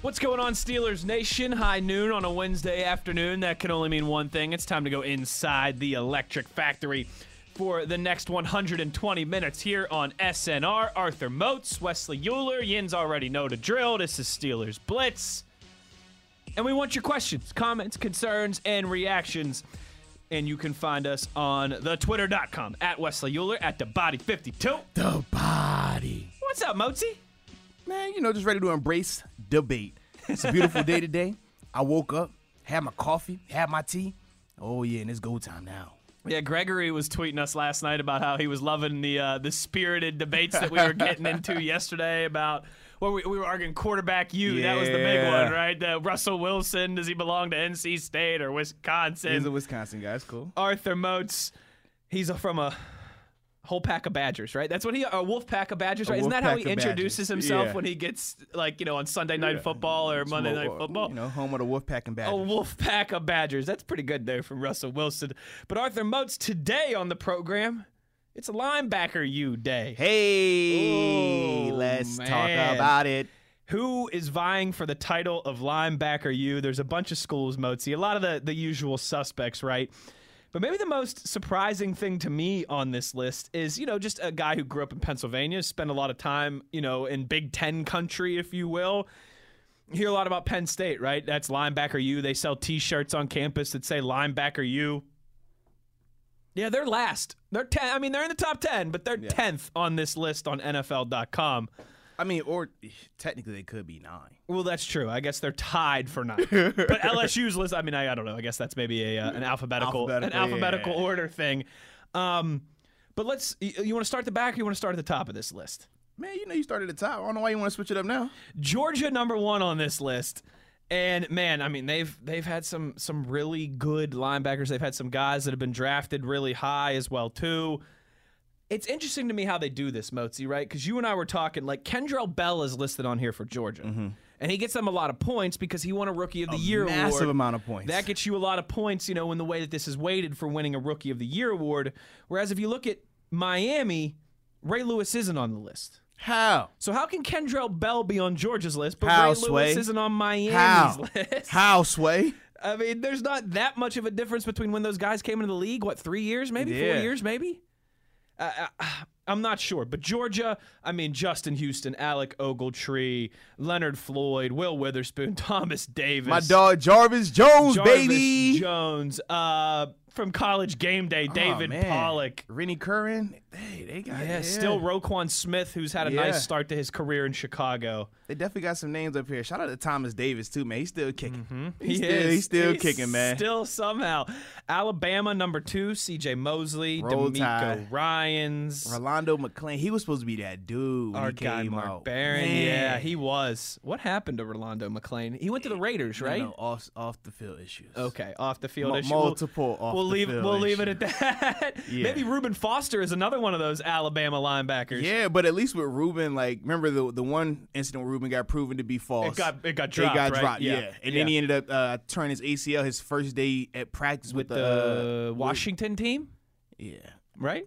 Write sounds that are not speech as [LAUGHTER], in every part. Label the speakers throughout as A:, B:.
A: What's going on, Steelers Nation? High noon on a Wednesday afternoon. That can only mean one thing. It's time to go inside the electric factory for the next 120 minutes here on SNR. Arthur Moats, Wesley Euler, Yin's already know the drill. This is Steelers Blitz. And we want your questions, comments, concerns, and reactions. And you can find us on the twitter.com at Wesley Euler at the body 52.
B: The body.
A: What's up, Moatsy?
B: Man, you know, just ready to embrace debate. It's a beautiful day today. I woke up, had my coffee, had my tea. Oh, yeah, and it's go time now.
A: Yeah, Gregory was tweeting us last night about how he was loving the uh, the spirited debates that we were getting [LAUGHS] into yesterday about well, we, we were arguing quarterback you. That was the big
B: Yeah.
A: one, right? The Russell Wilson, does he belong to NC State or Wisconsin?
B: Wisconsin guy. It's cool.
A: Arthur Moats, he's from a whole pack of Badgers, right? That's what he a wolf pack of Badgers,
B: A
A: right? Isn't
B: wolf
A: that how
B: pack
A: he
B: of
A: introduces
B: Badgers.
A: himself
B: Yeah.
A: when he gets like you know on Sunday night football or Monday night football?
B: You know, home of the Wolfpack and
A: a
B: Badgers.
A: wolf pack of badgers. That's pretty good there from Russell Wilson. But Arthur Motes today on the program, it's a linebacker you day.
B: Hey,
A: Oh,
B: let's
A: man.
B: talk about it.
A: Who is vying for the title of linebacker you? There's a bunch of schools, Motzi. A lot of the, the usual suspects, right? But maybe the most surprising thing to me on this list is, you know, just a guy who grew up in Pennsylvania, spent a lot of time, you know, in Big Ten country, if you will. You hear a lot about Penn State, right? That's linebacker U. They sell t shirts on campus that say linebacker U. Yeah, they're last. They're 10. I mean, they're in the top 10, but they're 10th on this list on NFL.com.
B: I mean, or technically, they could be nine.
A: Well, that's true. I guess they're tied
B: [LAUGHS]
A: for nine. but LSU's list. I mean, I, I don't know. I guess that's maybe a uh, an alphabetical, an
B: Alphabetical,
A: alphabetical
B: yeah.
A: order thing. Um, but let's. You, you want to start at the back, or you want to start at the top of this list?
B: Man, you know, you started at the top. I don't know why you want to switch it up now.
A: Georgia number one on this list. And man, I mean they've they've had some some really good linebackers. They've had some guys that have been drafted really high as well too. It's interesting to me how they do this, Mozi, right? Because you and I were talking like Kendrell Bell is listed on here for Georgia, and he gets them a lot of points because he won a Rookie of the Year
B: Mm-hmm. massive
A: award.
B: amount of points.
A: That gets you a lot of points, you know, in the way that this is weighted for winning a Rookie of the Year award. Whereas if you look at Miami, Ray Lewis isn't on the list.
B: How?
A: So how can Kendrell Bell be on Georgia's list, but
B: How,
A: Ray
B: Sway?
A: Lewis isn't on Miami's
B: How?
A: [LAUGHS] list?
B: How, Sway?
A: I mean, there's not that much of a difference between when those guys came into the league. What three years? Maybe four
B: Yeah.
A: years? Maybe. Uh, [SIGHS] uh, I'm not sure, but Georgia. I mean, Justin Houston, Alec Ogletree, Leonard Floyd, Will Witherspoon, [LAUGHS] Thomas Davis,
B: My dog Jarvis Jones,
A: Jarvis
B: baby.
A: Jones, uh, from College Game Day, David
B: Oh, man.
A: Pollock.
B: Rennie Curran. Hey, they got
A: Yeah, still Roquan Smith, who's had a
B: Yeah.
A: nice start to his career in Chicago.
B: They definitely got some names up here. Shout out to Thomas Davis too, man. He's still kicking.
A: Mm-hmm. He
B: He's still,
A: is.
B: he's still kicking, man.
A: Still somehow. Alabama number two, CJ Mosley,
B: Roll
A: D'Amico
B: Tide.
A: Ryans,
B: Rolando McClain. He was supposed to be that dude. When
A: our
B: he
A: guy
B: came
A: Mark
B: out.
A: Barron.
B: Man.
A: Yeah, he was. What happened to Rolando McLean? He went to the Raiders,
B: No,
A: right?
B: no, off off the field issues.
A: Okay, off the field
B: Mu-
A: issue.
B: multiple
A: We'll,
B: off
A: we'll
B: the
A: leave.
B: field
A: we'll leave it at
B: issues.
A: that. [LAUGHS]
B: Yeah.
A: Maybe Reuben Foster is another one of those Alabama linebackers.
B: Yeah, but at least with Ruben, like remember the the one incident where Ruben got proven to be false.
A: It got- it got
B: They
A: dropped,
B: got
A: right?
B: dropped.
A: Yeah.
B: Yeah, and then
A: Yeah.
B: he ended up uh, turning his ACL his first day at practice
A: with
B: with,
A: the
B: uh,
A: Washington team,
B: yeah,
A: right?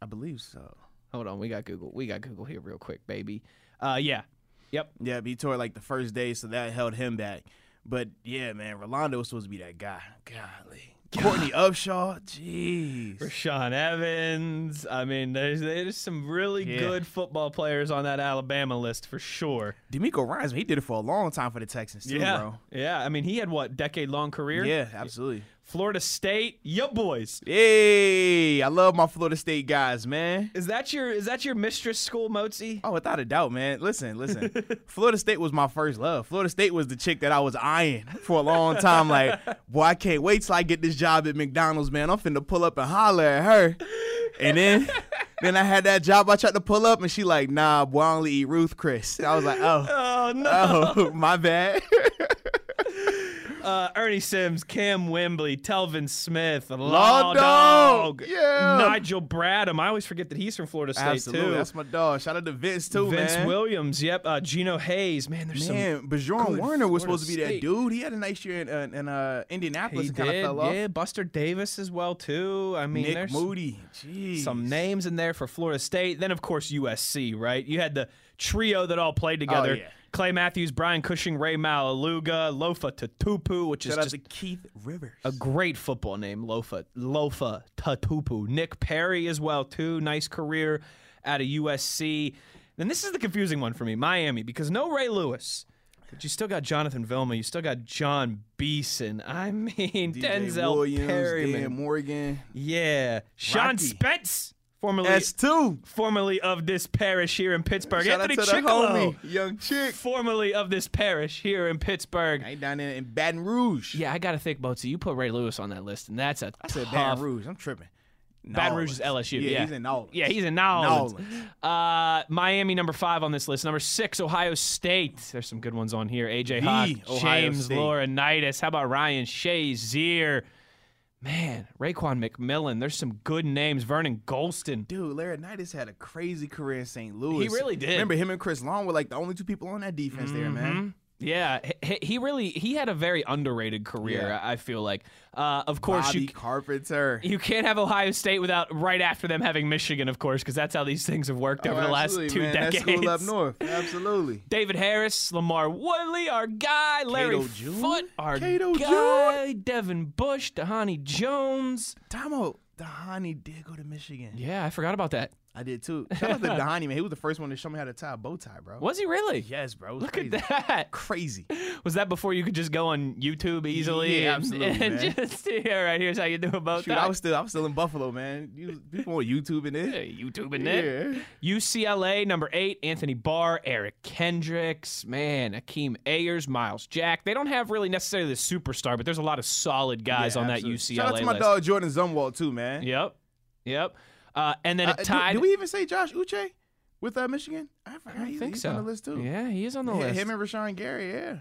B: I believe so.
A: Hold on, we got Google. We got Google here real quick, baby. Uh, yeah, yep.
B: Yeah, but he tore like the first day, so that held him back. But yeah, man, Rolando was supposed to be that guy. Golly. Courtney Upshaw, jeez.
A: Rashawn Evans. I mean, there's there's some really
B: Yeah.
A: good football players on that Alabama list for sure.
B: D'Amico Ryan's, he did it for a long time for the Texans, too,
A: yeah,
B: bro.
A: yeah. I mean, he had what decade long career.
B: Yeah, absolutely.
A: Florida State, yo boys.
B: Hey, I love my Florida State guys, man.
A: Is that your is that your mistress school, Mozi?
B: Oh, without a doubt, man. Listen,
A: [LAUGHS]
B: listen. Florida State was my first love. Florida State was the chick that I was eyeing for a long time. Like, boy, I can't wait till I get this job at McDonald's, man. I'm finna pull up and holler at her. And
A: [LAUGHS]
B: then then I had that job I tried to pull up and she like, nah, boy, I only eat Uh,
A: [LAUGHS]
B: Ruth Chris. And I was like, oh,
A: Oh no.
B: oh, my bad.
A: Uh, Ernie Sims, Cam Wembley, Telvin Smith,
B: Law
A: Law
B: Dog,
A: Dog,
B: yeah.
A: Nigel Bradham. I always forget that he's from Florida
B: [LAUGHS]
A: State
B: Absolutely,
A: too.
B: that's my dog. Shout out to Vince too,
A: Vince
B: man.
A: Williams, yep. Uh, Gino Hayes, man, there's some.
B: Man, Bajoran
A: good
B: Werner was supposed
A: Florida
B: to be that
A: State.
B: dude. He had a nice year in, uh, in uh, Indianapolis
A: He
B: and kind of
A: did,
B: fell off.
A: yeah. Buster Davis as well too. I mean,
B: Nick
A: there's
B: Moody. Jeez.
A: some names in there for Florida State. Then of course USC, right? You had the trio that all played together.
B: Oh, yeah.
A: Clay Matthews, Brian Cushing, Ray Malaluga, Lofa Tatupu, which
B: Shout
A: is
B: out
A: just
B: to Keith Rivers.
A: a great football name, Lofa Lofa Tatupu. Nick Perry as well too. Nice career out of USC. Then this is the confusing one for me, Miami, because no Ray Lewis, but you still got Jonathan Vilma, you still got John Beeson. I mean,
B: DJ
A: Denzel
B: Williams,
A: Perryman.
B: Dan Morgan.
A: yeah, Sean
B: Rocky.
A: Spence, formerly
B: S2.
A: formerly of this parish here in Pittsburgh.
B: Shout out
A: Anthony
B: to the
A: Chicolo,
B: homie, Young Chick.
A: formerly of this parish here in Pittsburgh.
B: I ain't down there in Baton Rouge.
A: Yeah, I gotta think, Boatsy. You put Ray Lewis on that list, and that's a
B: I said
A: tough-
B: Baton Rouge. I'm tripping.
A: Baton Rouge is LSU. Yeah,
B: he's in New Orleans.
A: Yeah, he's in New
B: New
A: Orleans.
B: Orleans.
A: Uh, Miami number five on this list. Number six, Ohio State. There's some good ones on here.
B: The
A: AJ Hawk,
B: Ohio
A: James
B: State.
A: Laurinaitis. How about Ryan Shazier? Man, Raquan McMillan. There's some good names. Vernon Golston.
B: Dude, Laurinaitis had a crazy career in St. Louis.
A: He really did.
B: Remember him and Chris Long were like the only two people on that defense there,
A: Mm-hmm.
B: man.
A: Yeah, he- he, he really he had a very underrated career.
B: Yeah.
A: I I feel like, uh, of course
B: Bobby
A: you
B: Carpenter.
A: you can't have Ohio State without right after them having Michigan, of course, because that's how these things have worked over
B: Oh,
A: the last
B: absolutely,
A: two
B: man. That
A: decades.
B: school up
A: [LAUGHS]
B: north. Absolutely.
A: David Harris, Lamar Woodley, our guy, Larry
B: Cato June?
A: Foote, our
B: Cato
A: guy, Devin Bush, Dahani Jones.
B: Tomo Dahani did go to Michigan.
A: Yeah, I forgot about that.
B: I did
A: [LAUGHS]
B: too. Shout out to Dahani, man. He was the first one to show me how to tie a bow tie, bro.
A: Was he really?
B: Yes, bro. It was
A: Look
B: crazy.
A: at that. [LAUGHS]
B: Crazy.
A: Was that before you could just go on YouTube easily
B: Yeah,
A: and,
B: absolutely,
A: and
B: man.
A: just [LAUGHS] yeah, right here's how you do about
B: Shoot,
A: that.
B: I was still I was still in Buffalo, man. You, people on YouTube and
A: Yeah,
B: it.
A: YouTube and it.
B: Yeah.
A: UCLA number eight, Anthony Barr, Eric Kendricks, man, Akeem Ayers, Miles Jack. They don't have really necessarily the superstar, but there's a lot of solid guys
B: Yeah,
A: on
B: absolutely.
A: that UCLA
B: Shout out to my
A: list.
B: dog Jordan Zumwalt too, man.
A: Yep, yep. Uh, and then
B: Uh,
A: it tied.
B: do, do we even say Josh Uche with uh, Michigan? I, forgot
A: I
B: he-
A: think
B: he's
A: so.
B: on the list too.
A: Yeah, he is on the
B: Yeah,
A: list.
B: him and Rashawn Gary, yeah.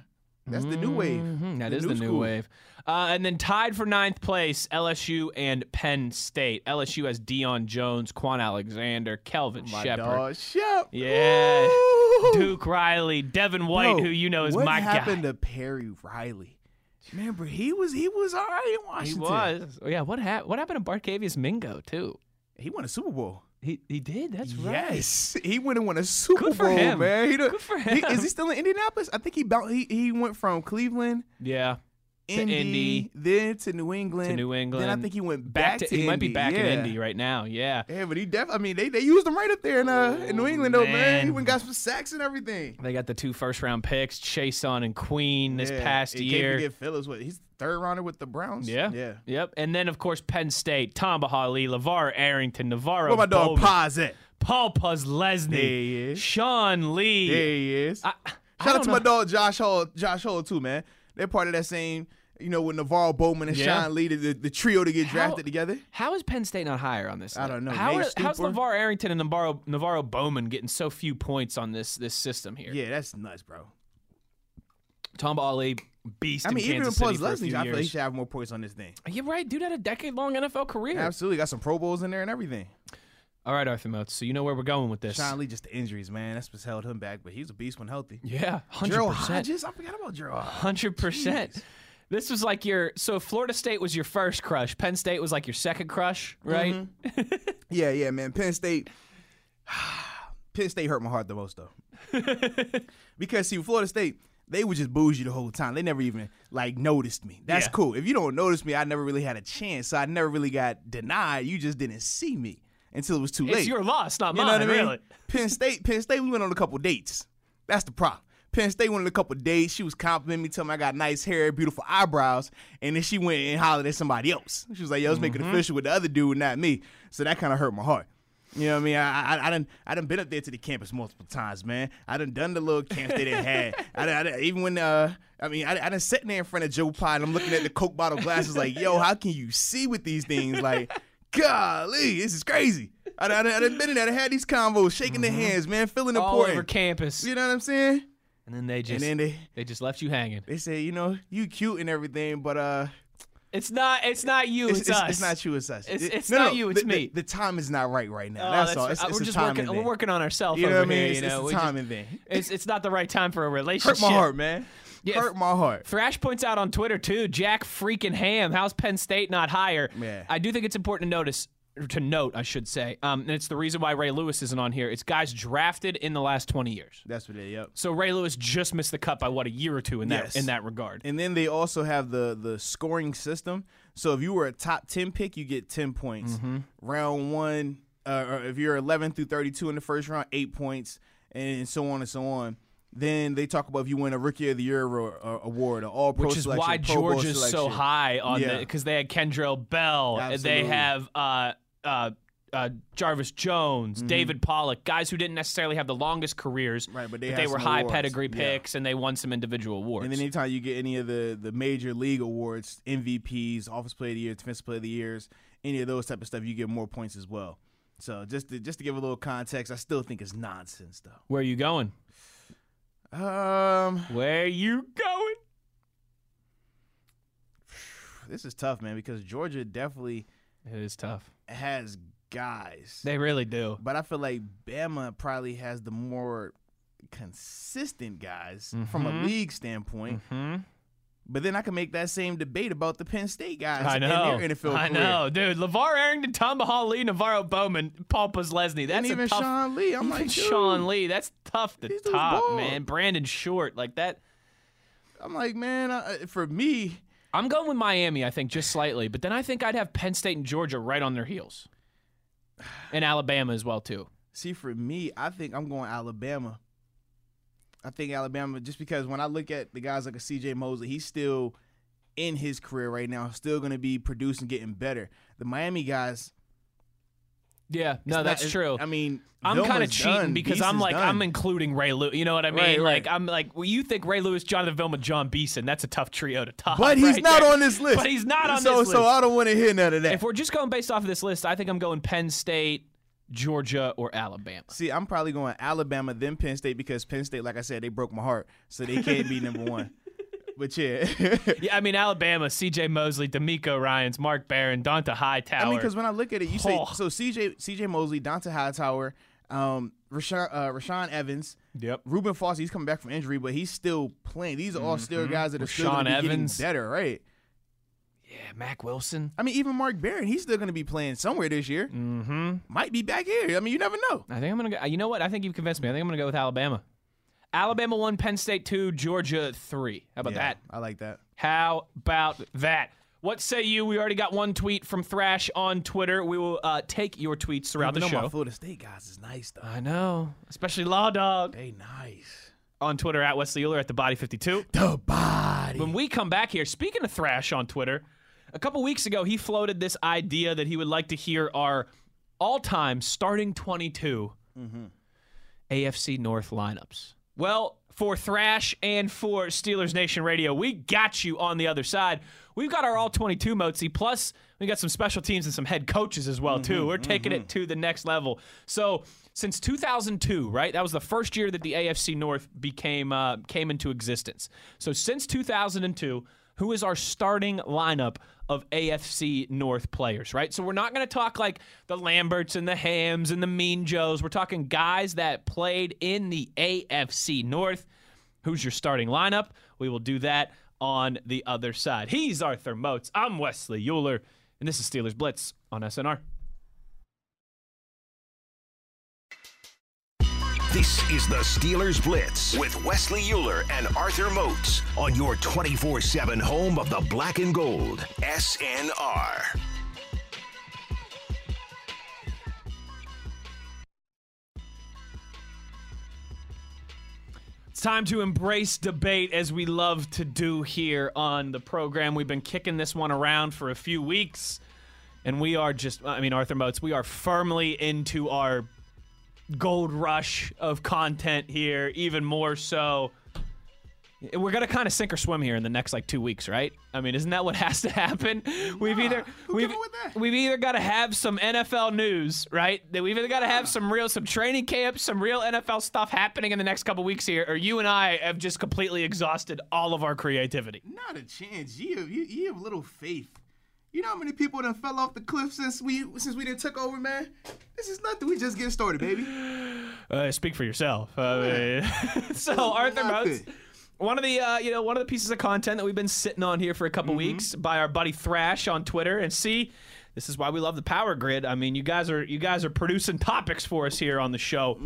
B: That's the new wave.
A: Mhm, That
B: The
A: is
B: new
A: the new
B: school.
A: wave. Uh, and then tied for ninth place, LSU and Penn State. LSU has Dion Jones, Quan Alexander, Kelvin
B: Oh My
A: Shepard.
B: dog Shep.
A: Yeah.
B: Ooh.
A: Duke Riley, Devin White,
B: Bro,
A: who you know is
B: what
A: my guy.
B: happened to Perry Riley? Remember, he was he was all right in
A: He
B: Washington.
A: was. Yeah. What happened? What happened to Barcavius Mingo too?
B: He won a Super Bowl.
A: He he did. That's
B: Yes, he went and won a Super
A: Good for
B: Bowl,
A: him.
B: man. He done-
A: Good for
B: he- is
A: him.
B: he still in Indianapolis? I think he bounced, he he went from Cleveland,
A: right. Yeah. To
B: Indy,
A: Indy.
B: then to New England,
A: To New
B: Then I
A: England.
B: think he went
A: Back, to, he might be back
B: yeah.
A: in Indy right now. Yeah.
B: Yeah, but he def. I mean, they, they used him right up there in uh in New England though, man. He
A: man.
B: went and got some sacks and everything.
A: They got the two first round picks, Chason and Queen, this
B: Yeah,
A: past
B: and can't
A: year.
B: forget Phillips. What he's third rounder with the Browns.
A: [LAUGHS] Yeah.
B: yeah.
A: Yep. And then of course Penn State, Tom Bahali, Lavar Arrington, Navarro.
B: Where my dog
A: Bowman,
B: Pa's at?
A: Paul Puzlesny.
B: There he is.
A: Sean Lee.
B: There he is.
A: I, I
B: Shout out
A: don't
B: to
A: know-
B: my dog Josh Hall, Josh Hall too, man. They're part of that same, you know, with Navarro Bowman and
A: Yeah.
B: Sean Lee, the, the trio to get drafted together.
A: [LAUGHS] How is Penn State not higher on this?
B: I don't know.
A: How
B: Nate
A: are, how's
B: Stupor?
A: Lavar Arrington and Navarro, Navarro Bowman getting so few points on this this system here?
B: Yeah, that's nuts, bro.
A: Tom Ali beast
B: I mean,
A: in
B: even
A: Kansas
B: plus
A: City for a
B: Leslie,
A: few
B: I feel like he
A: years.
B: should have more points on this thing.
A: You're right, dude. Had a decade long NFL career.
B: Absolutely, got some Pro Bowls in there and everything.
A: All right, Arthur Motes. So you know where we're going with this.
B: Sean Lee, just the injuries, man. That's what's held him back, but he's a beast when healthy.
A: Yeah, hundred
B: Gerald
A: percent.
B: Hodges, I forgot about Gerald. Hodges.
A: Hundred percent. This was like your so Florida State was your first crush. Penn State was like your second crush, right?
B: Mm-hmm. Yeah, yeah, man. Penn State. [SIGHS] Penn State hurt my heart the most though.
A: [LAUGHS]
B: because see, Florida State, they were just bougie the whole time. They never even like noticed me. That's
A: Yeah.
B: cool. If you don't notice me, I never really had a chance. So I never really got denied. You just didn't see me until it was too late.
A: It's your loss, not
B: You know
A: mine,
B: what I mean?
A: really. [LAUGHS]
B: Penn State, Penn State, we went on a couple dates. That's the problem. Penn State went on a couple dates. She was complimenting me, telling me I got nice hair, beautiful eyebrows, and then she went and hollered at somebody else. She was like, "Yo, let's make it official with the other dude, not me." So that kind of hurt my heart. You know what I mean? I I, I done I done been up there to the campus multiple times, man. I done done the little camps they done had. I, done, I done- even when uh I mean I, done- I done sitting there in front of Joe Pye and I'm looking at the Coke bottle glasses like, yo, how can you see with these things? Like, golly, this is crazy. I done, I done, I done been in there, I done had these convos, shaking their hands, man, feeling
A: Mm-hmm. All
B: important.
A: over campus.
B: you know what I'm saying?
A: And then they just
B: and then they
A: they just left you hanging.
B: they say, you know, you cute and everything, but uh,
A: It's not it's not you, it's,
B: it's, it's,
A: us.
B: it's not you, it's us.
A: It's-
B: It-
A: it's not you, it's
B: the,
A: me.
B: The, the time is not right right now.
A: Oh,
B: that's,
A: that's-
B: all. It's,
A: uh,
B: it's
A: we're
B: a
A: just
B: timing
A: working. We're
B: thing.
A: working on ourselves
B: You know
A: over
B: what I mean?
A: here.
B: It's,
A: you
B: it's
A: know,
B: a
A: We just-
B: timing thing.
A: it's it's not the right time for a relationship.
B: Hurt my heart, man.
A: Yeah,
B: Hurt my heart.
A: Thrash points out on Twitter too, Jack freaking Ham. How's Penn State not higher?
B: Yeah.
A: I do think it's important to notice, or to note, I should say, um, and it's the reason why Ray Lewis isn't on here. It's guys drafted in the last twenty years.
B: That's what it. Yep.
A: So Ray Lewis just missed the cut by what a year or two in that
B: Yes.
A: in that regard.
B: And then they also have the the scoring system. So if you were a top ten pick, you get ten points.
A: Mm-hmm.
B: Round one, uh, or if you're eleven through thirty two in the first round, eight points, and so on and so on. Then they talk about if you win a Rookie of the Year ro- uh, award, or All Pro
A: which is
B: selection,
A: why
B: Pro Bowl
A: Georgia's so
B: selection.
A: high on
B: Yeah.
A: the because they had Kendrell Bell, and they
B: Absolutely.
A: have uh, uh, uh, Jarvis Jones, David Pollock, guys who didn't necessarily have the longest careers,
B: Mm-hmm. Right, but they
A: they
B: had
A: were
B: some
A: high
B: awards.
A: pedigree
B: Yeah.
A: picks and they won some individual awards.
B: And then anytime you get any of the the major league awards, MVPs, Office Player of the Year, Defensive Player of the Years, any of those type of stuff, you get more points as well. So just to, just to give a little context, I still think it's nonsense though.
A: Where are you going?
B: Um,
A: Where you going?
B: this is tough, man, because Georgia definitely
A: It is tough.
B: has guys,
A: They really do.
B: but I feel like Bama probably has the more consistent guys from
A: Mm-hmm.
B: a league standpoint.
A: Hmm?
B: But then I can make that same debate about the Penn State guys
A: I know.
B: and their NFL
A: I
B: career.
A: know, dude. LeVar Arrington, Tom Mahali, Navarro Bowman, Paul Poslesny. That's
B: And even
A: a tough.
B: Sean Lee, I'm
A: [LAUGHS] even
B: like, dude.
A: Sean Lee, that's tough to
B: These dudes
A: top,
B: ball.
A: man. Brandon Short, like that.
B: I'm like, man, I, I- for me,
A: I'm going with Miami, I think, just slightly. But then I think I'd have Penn State and Georgia right on their heels, and Alabama as well too.
B: see, for me, I think I'm going Alabama. I think Alabama, just because when I look at the guys like a CJ Mosley, he's still in his career right now, still going to be producing, getting better. The Miami guys,
A: Yeah, no,
B: it's not-
A: that's
B: it's-
A: true.
B: I mean,
A: I'm
B: kind of
A: cheating because I'm like I'm including Ray Lewis. You know what I mean?
B: Right,
A: like
B: right.
A: I'm like well, you think Ray Lewis, Jonathan Vilma, John Beeson. That's a tough trio to top. [LAUGHS]
B: but he's
A: right
B: not
A: there.
B: on this list.
A: But he's not on
B: so,
A: this
B: So
A: list.
B: I don't want to hear none of that.
A: If we're just going based off of this list, I think I'm going Penn State, Georgia, or Alabama.
B: See, I'm probably going Alabama, then Penn State because Penn State, like I said, they broke my heart, so they can't be number
A: [LAUGHS]
B: one. But yeah, [LAUGHS]
A: Yeah, I mean Alabama, C.J. Mosley, D'Amico Ryan's, Mark Barron, Donta Hightower.
B: I mean, because when I look at it, you say
A: Oh.
B: so. CJ CJ Mosley, Dante Hightower, um, Rashawn uh, Rashawn Evans,
A: Yep.
B: Ruben Foster. He's coming back from injury, but he's still playing. These are all still guys that are still
A: Mm-hmm. Rashawn
B: gonna be
A: Evans.
B: getting better, right?
A: yeah, Mac Wilson.
B: I mean, even Mark Barron, he's still going to be playing somewhere this year. Mm-hmm. Might be back here. I mean, you never know.
A: I think I'm gonna go. You know what? I think you've convinced me. I think I'm gonna go with Alabama. Alabama one, Penn State two, Georgia three. How about
B: Yeah,
A: that?
B: I like that.
A: How about that? What say you? We already got one tweet from Thrash on Twitter. We will uh, take your tweets throughout
B: Even
A: the
B: though my
A: show.
B: Florida State guys is nice though.
A: I know, especially Law Dog
B: They nice.
A: on Twitter at Wesley Euler at the Body Fifty Two.
B: The body.
A: When we come back here, speaking of Thrash on Twitter, a couple weeks ago he floated this idea that he would like to hear our all-time starting 22 AFC North lineups. Well, for Thrash and for Steelers Nation Radio, we got you on the other side. We've got our all 22 Mozi, plus we got some special teams and some head coaches as well too. We're taking it to the next level. So since 2002, right? That was the first year that the AFC North became uh, came into existence. So since 2002. Who is our starting lineup of AFC North players, right? So we're not going to talk like the Lamberts and the Hams and the Mean Joes. We're talking guys that played in the AFC North. Who's your starting lineup? We will do that on the other side. He's Arthur Motes. I'm Wesley Euler, and this is Steelers Blitz on SNR.
C: This is the Steelers Blitz.
D: With Wesley Euler and Arthur Moats on your 24 7 home of the black and gold, SNR.
A: It's time to embrace debate as we love to do here on the program. We've been kicking this one around for a few weeks, and we are just, I mean, Arthur Motes, we are firmly into our gold rush of content here, even more so We're gonna kind of sink or swim here in the next like two weeks, right? I mean, isn't that what [LAUGHS] has to happen? We've either
B: who
A: we've
B: came up with that?
A: we've either got to have some NFL news, right? That we've either got to have some real some training camps, some real NFL stuff happening in the next couple weeks here, or you and I have just completely exhausted all of our creativity.
B: Not a chance. You have, you, you have little faith. You know how many people done fell off the cliff since we since we done took over, man. This is nothing. We just getting started, [SIGHS] baby.
A: Uh, speak for yourself. I mean, [LAUGHS] so Arthur Motes,
B: Nothing.
A: one of the uh, you know one of the pieces of content that we've been sitting on here for a couple weeks by our buddy Thrash on Twitter, and see, this is why we love the Power Grid. I mean, you guys are you guys are producing topics for us here on the show.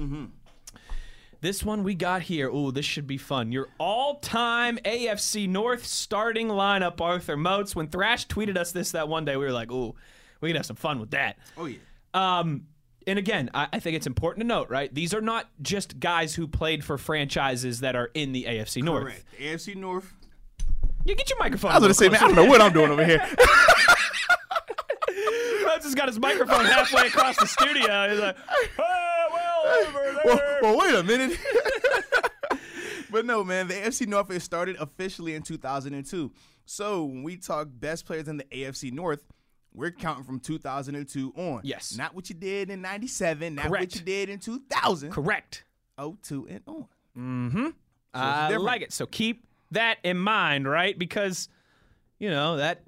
A: This one we got here. Ooh, this should be fun. Your all-time AFC North starting lineup, Arthur Motes. When Thrash tweeted us this that one day, we were like, "Ooh, we can have some fun with that."
B: Oh yeah.
A: Um, and again, I, I think it's important to note, right? These are not just guys who played for franchises that are in the AFC North.
B: Correct. The AFC [LAUGHS] North.
A: You get your microphone.
B: I was gonna say, man, I don't know what I'm doing over
A: [LAUGHS]
B: here. [LAUGHS]
A: Lance has got his microphone halfway across the studio. He's like, oh, well, over
B: well,
A: there.
B: well, wait a minute. [LAUGHS] but no, man, the AFC North is started officially in 2002. So when we talk best players in the AFC North, we're counting from 2002 on.
A: Yes.
B: Not what you did in 97, not
A: Correct.
B: what you did in 2000.
A: Correct.
B: 02 and on.
A: I
B: different.
A: like it. So keep that in mind, right? Because you know that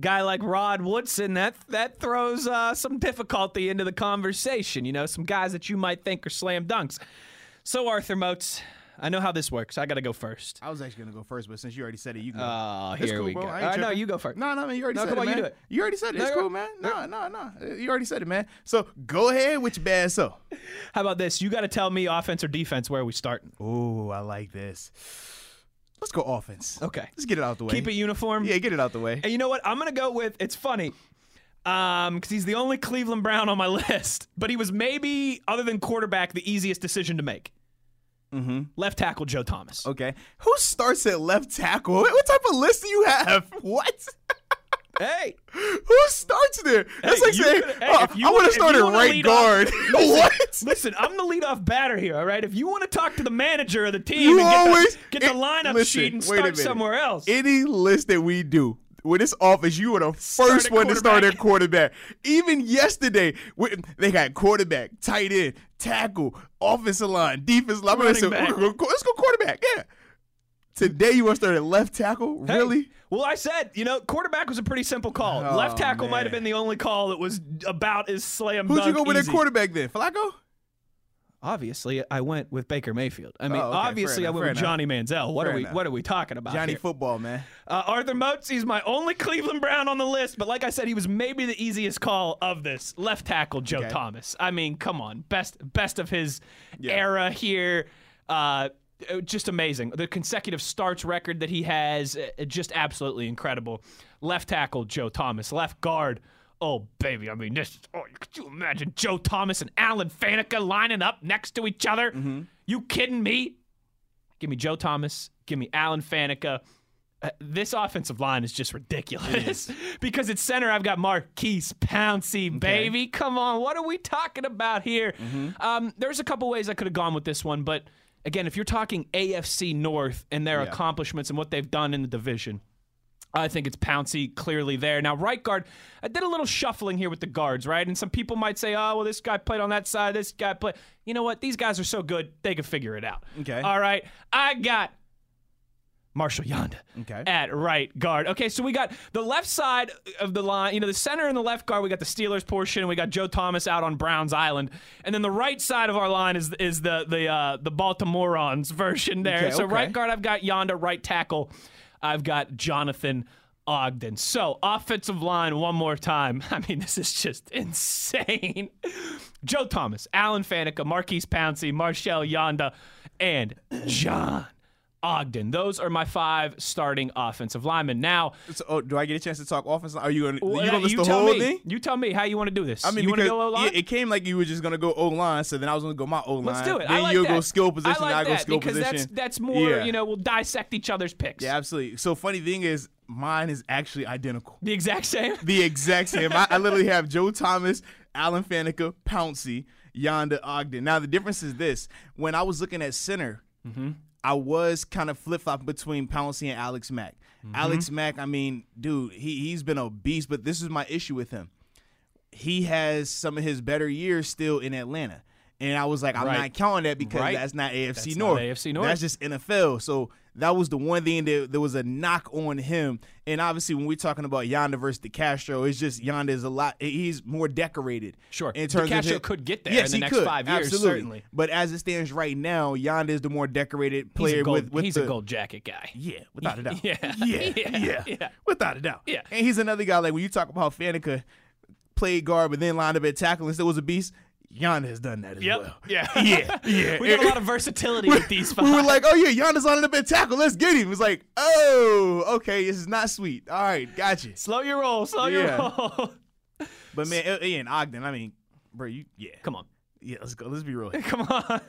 A: guy like Rod Woodson that that throws uh, some difficulty into the conversation. You know, some guys that you might think are slam dunks. So Arthur Motes, I know how this works. I got to go first.
B: I was actually gonna go first, but since you already said it, you can go.
A: Oh,
B: It's
A: here
B: cool,
A: we
B: bro.
A: go.
B: I ain't
A: All right, no,
B: tripping.
A: you go first.
B: No, no, man, you already
A: No,
B: said
A: come
B: it.
A: on, you
B: man.
A: do it.
B: You already said it.
A: No,
B: it's
A: go-
B: cool, man. No, no, no. You already said it, man. So go ahead with your bad self.
A: How about this? You got to tell me offense or defense where are we starting.
B: Ooh, I like this. Let's go offense.
A: Okay.
B: Let's get it out the way.
A: Keep it uniform.
B: Yeah, get it out the way.
A: And you know what? I'm gonna go with it's funny. Um, because he's the only Cleveland Brown on my [LAUGHS] list, but he was maybe, other than quarterback, the easiest decision to make. Mm-hmm. Left tackle Joe Thomas.
B: Okay. Who starts at left tackle? What- What type of list do you have? [LAUGHS] What?
A: Hey,
B: Who starts there? That's
A: Hey,
B: like
A: you
B: saying,
A: could- hey,
B: oh,
A: if you
B: I
A: wanna-
B: want to
A: if
B: start
A: you
B: at
A: wanna
B: right
A: lead off-
B: guard. [LAUGHS] what?
A: listen, I'm the leadoff batter here. All right, if you want to talk to the manager of the team,
B: You
A: and get
B: always
A: the, get the
B: it-
A: lineup
B: listen,
A: sheet
B: wait
A: and
B: a
A: start
B: minute.
A: somewhere else.
B: Any list that we do with this office, you are the
A: at
B: first one to start
A: quarterback.
B: at quarterback. Even yesterday, we- they got quarterback, tight end, tackle, offensive line, defense line. I'm gonna
A: Running
B: say,
A: back.
B: Let's go let's go quarterback. Yeah. Today you want to start at left tackle?
A: Hey,
B: Really?
A: Well, I said, you know, quarterback was a pretty simple call.
B: Oh,
A: Left tackle might have
B: man.
A: been the only call that was about as slam
B: Who'd you
A: dunk
B: go with at
A: easy.
B: quarterback then? Flacco?
A: obviously I went with Baker Mayfield. I mean,
B: Oh, okay, fair
A: obviously I
B: enough,
A: went
B: fair
A: with
B: enough.
A: Johnny Manziel. What are
B: Fair
A: we
B: enough.
A: What are we talking about?
B: Johnny
A: here?
B: football, man.
A: Uh, Arthur Motes, he's my only Cleveland Brown on the list, but like I said, he was maybe the easiest call of this. Left tackle Joe
B: Okay.
A: Thomas. I mean, come on, best best of his era here. Uh, uh, just amazing. The consecutive starts record that he has, uh, just absolutely incredible. Left tackle Joe Thomas. Left guard. Oh baby, I mean this. Is, oh, could you imagine Joe Thomas and Alan Faneca lining up next to each other? You kidding me? Give me Joe Thomas. Give me Alan Faneca. Uh, this offensive line is just ridiculous [LAUGHS] because at center I've got Marquise Pouncey, baby. Come on, what are we talking about here? Um, there's a couple ways I could have gone with this one, but again, if you're talking AFC North and their accomplishments and what they've done in the division, I think it's Pouncey clearly there. Now, right guard, I did a little shuffling here with the guards, right? And some people might say, oh, well, this guy played on that side, this guy played. You know what? These guys are so good, they could figure it out.
B: Okay.
A: All right. I got Marshall Yonda
B: Okay.
A: at right guard. Okay, so we got the left side of the line, you know, the center and the left guard. We got the Steelers portion, and we got Joe Thomas out on Browns Island, and then the right side of our line is is the the uh, the Baltimoreans version there.
B: Okay,
A: so
B: okay.
A: right guard, I've got Yonda. Right tackle, I've got Jonathan. Ogden. So, offensive line one more time. [LAUGHS] I mean, this is just [LAUGHS] insane. Joe Thomas, Alan Faneca, Marquise Pouncey, Marshall Yonda, and John Ogden. Those are my five starting offensive linemen. Now,
B: So, oh, do I get a chance to talk offense? Are you gonna
A: well,
B: you gonna list the
A: tell
B: whole
A: me.
B: thing?
A: You tell me how you want to do this.
B: I mean,
A: you want to
B: because
A: go O
B: yeah,
A: line?
B: it came like you were just gonna go O line, so then I was gonna go my O line.
A: Let's do it.
B: Then
A: I like
B: you'll
A: that.
B: go skill position.
A: I like
B: will go
A: that
B: skill
A: because
B: position.
A: that's that's more.
B: Yeah.
A: You know, we'll dissect each other's picks.
B: Yeah, absolutely. So funny thing is, mine is actually identical.
A: The exact same.
B: [LAUGHS] The exact same. I, I literally have Joe Thomas, Alan Faneca,
A: Mm-hmm.
B: Pouncey, Yonda Ogden. Now the difference is this: when I was looking at center, I was kind of flip flopping between Pouncey and Alex Mack.
A: Mm-hmm.
B: Alex Mack, I mean, dude, he he's been a beast, but this is my issue with him. He has some of his better years still in Atlanta. And I was like, I'm
A: Right.
B: not counting that because
A: Right.
B: that's not AFC
A: That's not
B: North.
A: AFC North.
B: That's just NFL. So that was the one thing that there was a knock on him. And obviously, when we're talking about Yonda versus DeCastro, it's just Yonda is a lot. He's more decorated.
A: Sure.
B: In terms of
A: DeCastro
B: his-
A: could get there
B: yes,
A: in the
B: he
A: next
B: could.
A: five years,
B: Absolutely.
A: certainly.
B: But as it stands right now, Yonda is the more decorated player
A: he's a gold,
B: with, with
A: he's
B: the
A: a gold jacket guy.
B: yeah, without a doubt.
A: [LAUGHS] Yeah.
B: Yeah.
A: Yeah.
B: Yeah.
A: Yeah.
B: Without a doubt.
A: Yeah.
B: And he's another guy like when you talk about how Faneca played guard but then lined up at tackle and still was a beast. Yonda has done that as
A: Yep.
B: well.
A: Yeah.
B: [LAUGHS] Yeah. Yeah.
A: [LAUGHS] We got a lot of versatility with these
B: [LAUGHS]
A: five.
B: we were like, oh yeah, Yonda's lining up at tackle. Let's get him. It's like, oh, okay, this is not sweet. All right, gotcha.
A: slow your roll, slow your
B: Yeah.
A: roll. [LAUGHS]
B: But man, I- Ian Ogden, I mean, bro, you yeah,
A: Come on.
B: yeah. Let's go. Let's be real.
A: Come on.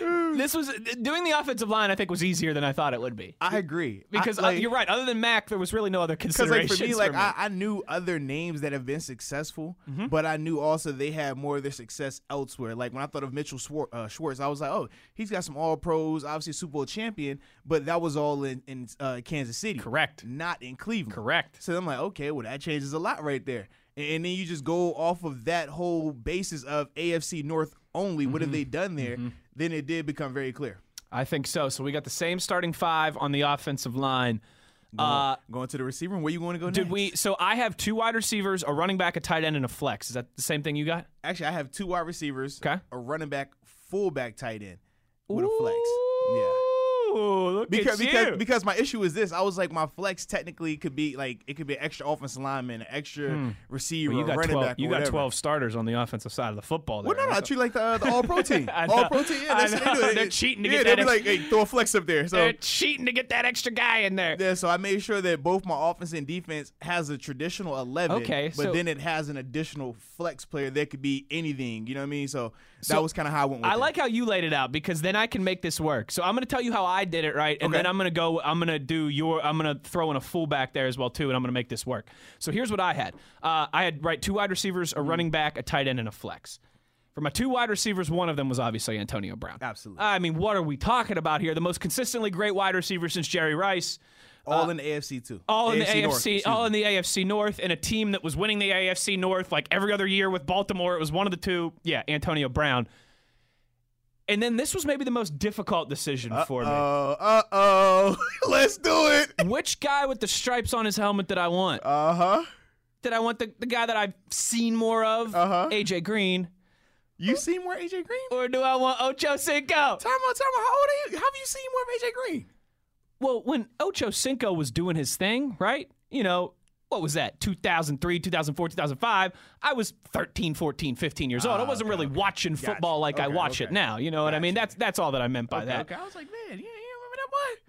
A: this was doing the offensive line I think was easier than I thought it would be.
B: [LAUGHS] I agree I-
A: Because uh,
B: like-
A: you're right, other than Mac there was really no other
B: Because like
A: considerations
B: for me, Mm-hmm. like I, I knew other names that have been successful, but I knew also they had more of their success elsewhere. Like when I thought of Mitchell Swar- uh, Schwartz, I was like, oh, he's got some All Pros, obviously Super Bowl champion, but that was all in in uh, Kansas City,
A: Correct.
B: Not in Cleveland,
A: Correct.
B: So I'm like, okay, well that changes a lot right there. And, and then you just go off of that whole basis of AFC North only. What
A: Mm-hmm.
B: have they done there? Then it did become very clear.
A: I think so. So we got the same starting five on the offensive line. Uh,
B: Going to the receiver, room, where you going to go
A: did
B: next?
A: we? So I have two wide receivers, a running back, a tight end, and a flex. Is that the same thing you got?
B: Actually, I have two wide receivers,
A: Okay.
B: a running back, fullback, tight end with a flex. Yeah.
A: Ooh, look
B: Because
A: at you.
B: because because my issue is this, I was like my flex technically could be like it could be an extra offensive lineman, an extra receiver,
A: Hmm. you
B: a
A: got
B: running
A: twelve.
B: back. or
A: You got
B: whatever.
A: twelve starters on the offensive side of the football. There,
B: Well, no, no, I
A: right?
B: treat like the,
A: [LAUGHS]
B: the all pro team.
A: I
B: all
A: know.
B: pro team. Yeah,
A: I
B: that's what
A: know.
B: they do.
A: They're
B: It-
A: cheating to
B: yeah,
A: get
B: they'll
A: that
B: be like, hey, throw a flex up there. So
A: They're cheating to get that extra guy in there.
B: yeah, so I made sure that both my offense and defense has a traditional eleven,
A: Okay,
B: but
A: so-
B: then it has an additional flex player that could be anything. You know what I mean? So, that was kind of how I went. with
A: I
B: it.
A: like how you laid it out because then I can make this work. So I'm going to tell you how I did it, right? And
B: Okay.
A: then I'm going to go. I'm going to do your. I'm going to throw in a fullback there as well too, and I'm going to make this work. So here's what I had. Uh, I had right two wide receivers,
B: Mm-hmm.
A: a running back, a tight end, and a flex. For my two wide receivers, one of them was obviously Antonio Brown.
B: Absolutely.
A: I mean, what are we talking about here? The most consistently great wide receiver since Jerry Rice.
B: All in the AFC too.
A: uh, all in the
B: North,
A: AFC,
B: excuse
A: all
B: me.
A: in the AFC North, and a team that was winning the AFC North like every other year with Baltimore. It was one of the two. Yeah, Antonio Brown. And then this was maybe the most difficult decision for me.
B: Oh, uh oh, [LAUGHS] let's do it.
A: Which guy with the stripes on his helmet did I want?
B: Uh huh.
A: Did I want the, the guy that I've seen more of,
B: Uh-huh.
A: AJ Green,
B: You seen more AJ Green? Time
A: or do I want Ocho Cinco?
B: out, time out. How old are you? How have you seen more of AJ Green?
A: Well, when Ocho Cinco was doing his thing, right? You know, what was that? 2003, 2004, 2005. I was 13, 14, 15 years
B: Ah,
A: old. I wasn't really watching football like I
B: Okay,
A: watch it
B: okay.
A: now. You know what I mean? That's that's all that I meant by that.
B: Okay, I was like, man, you, you remember that boy?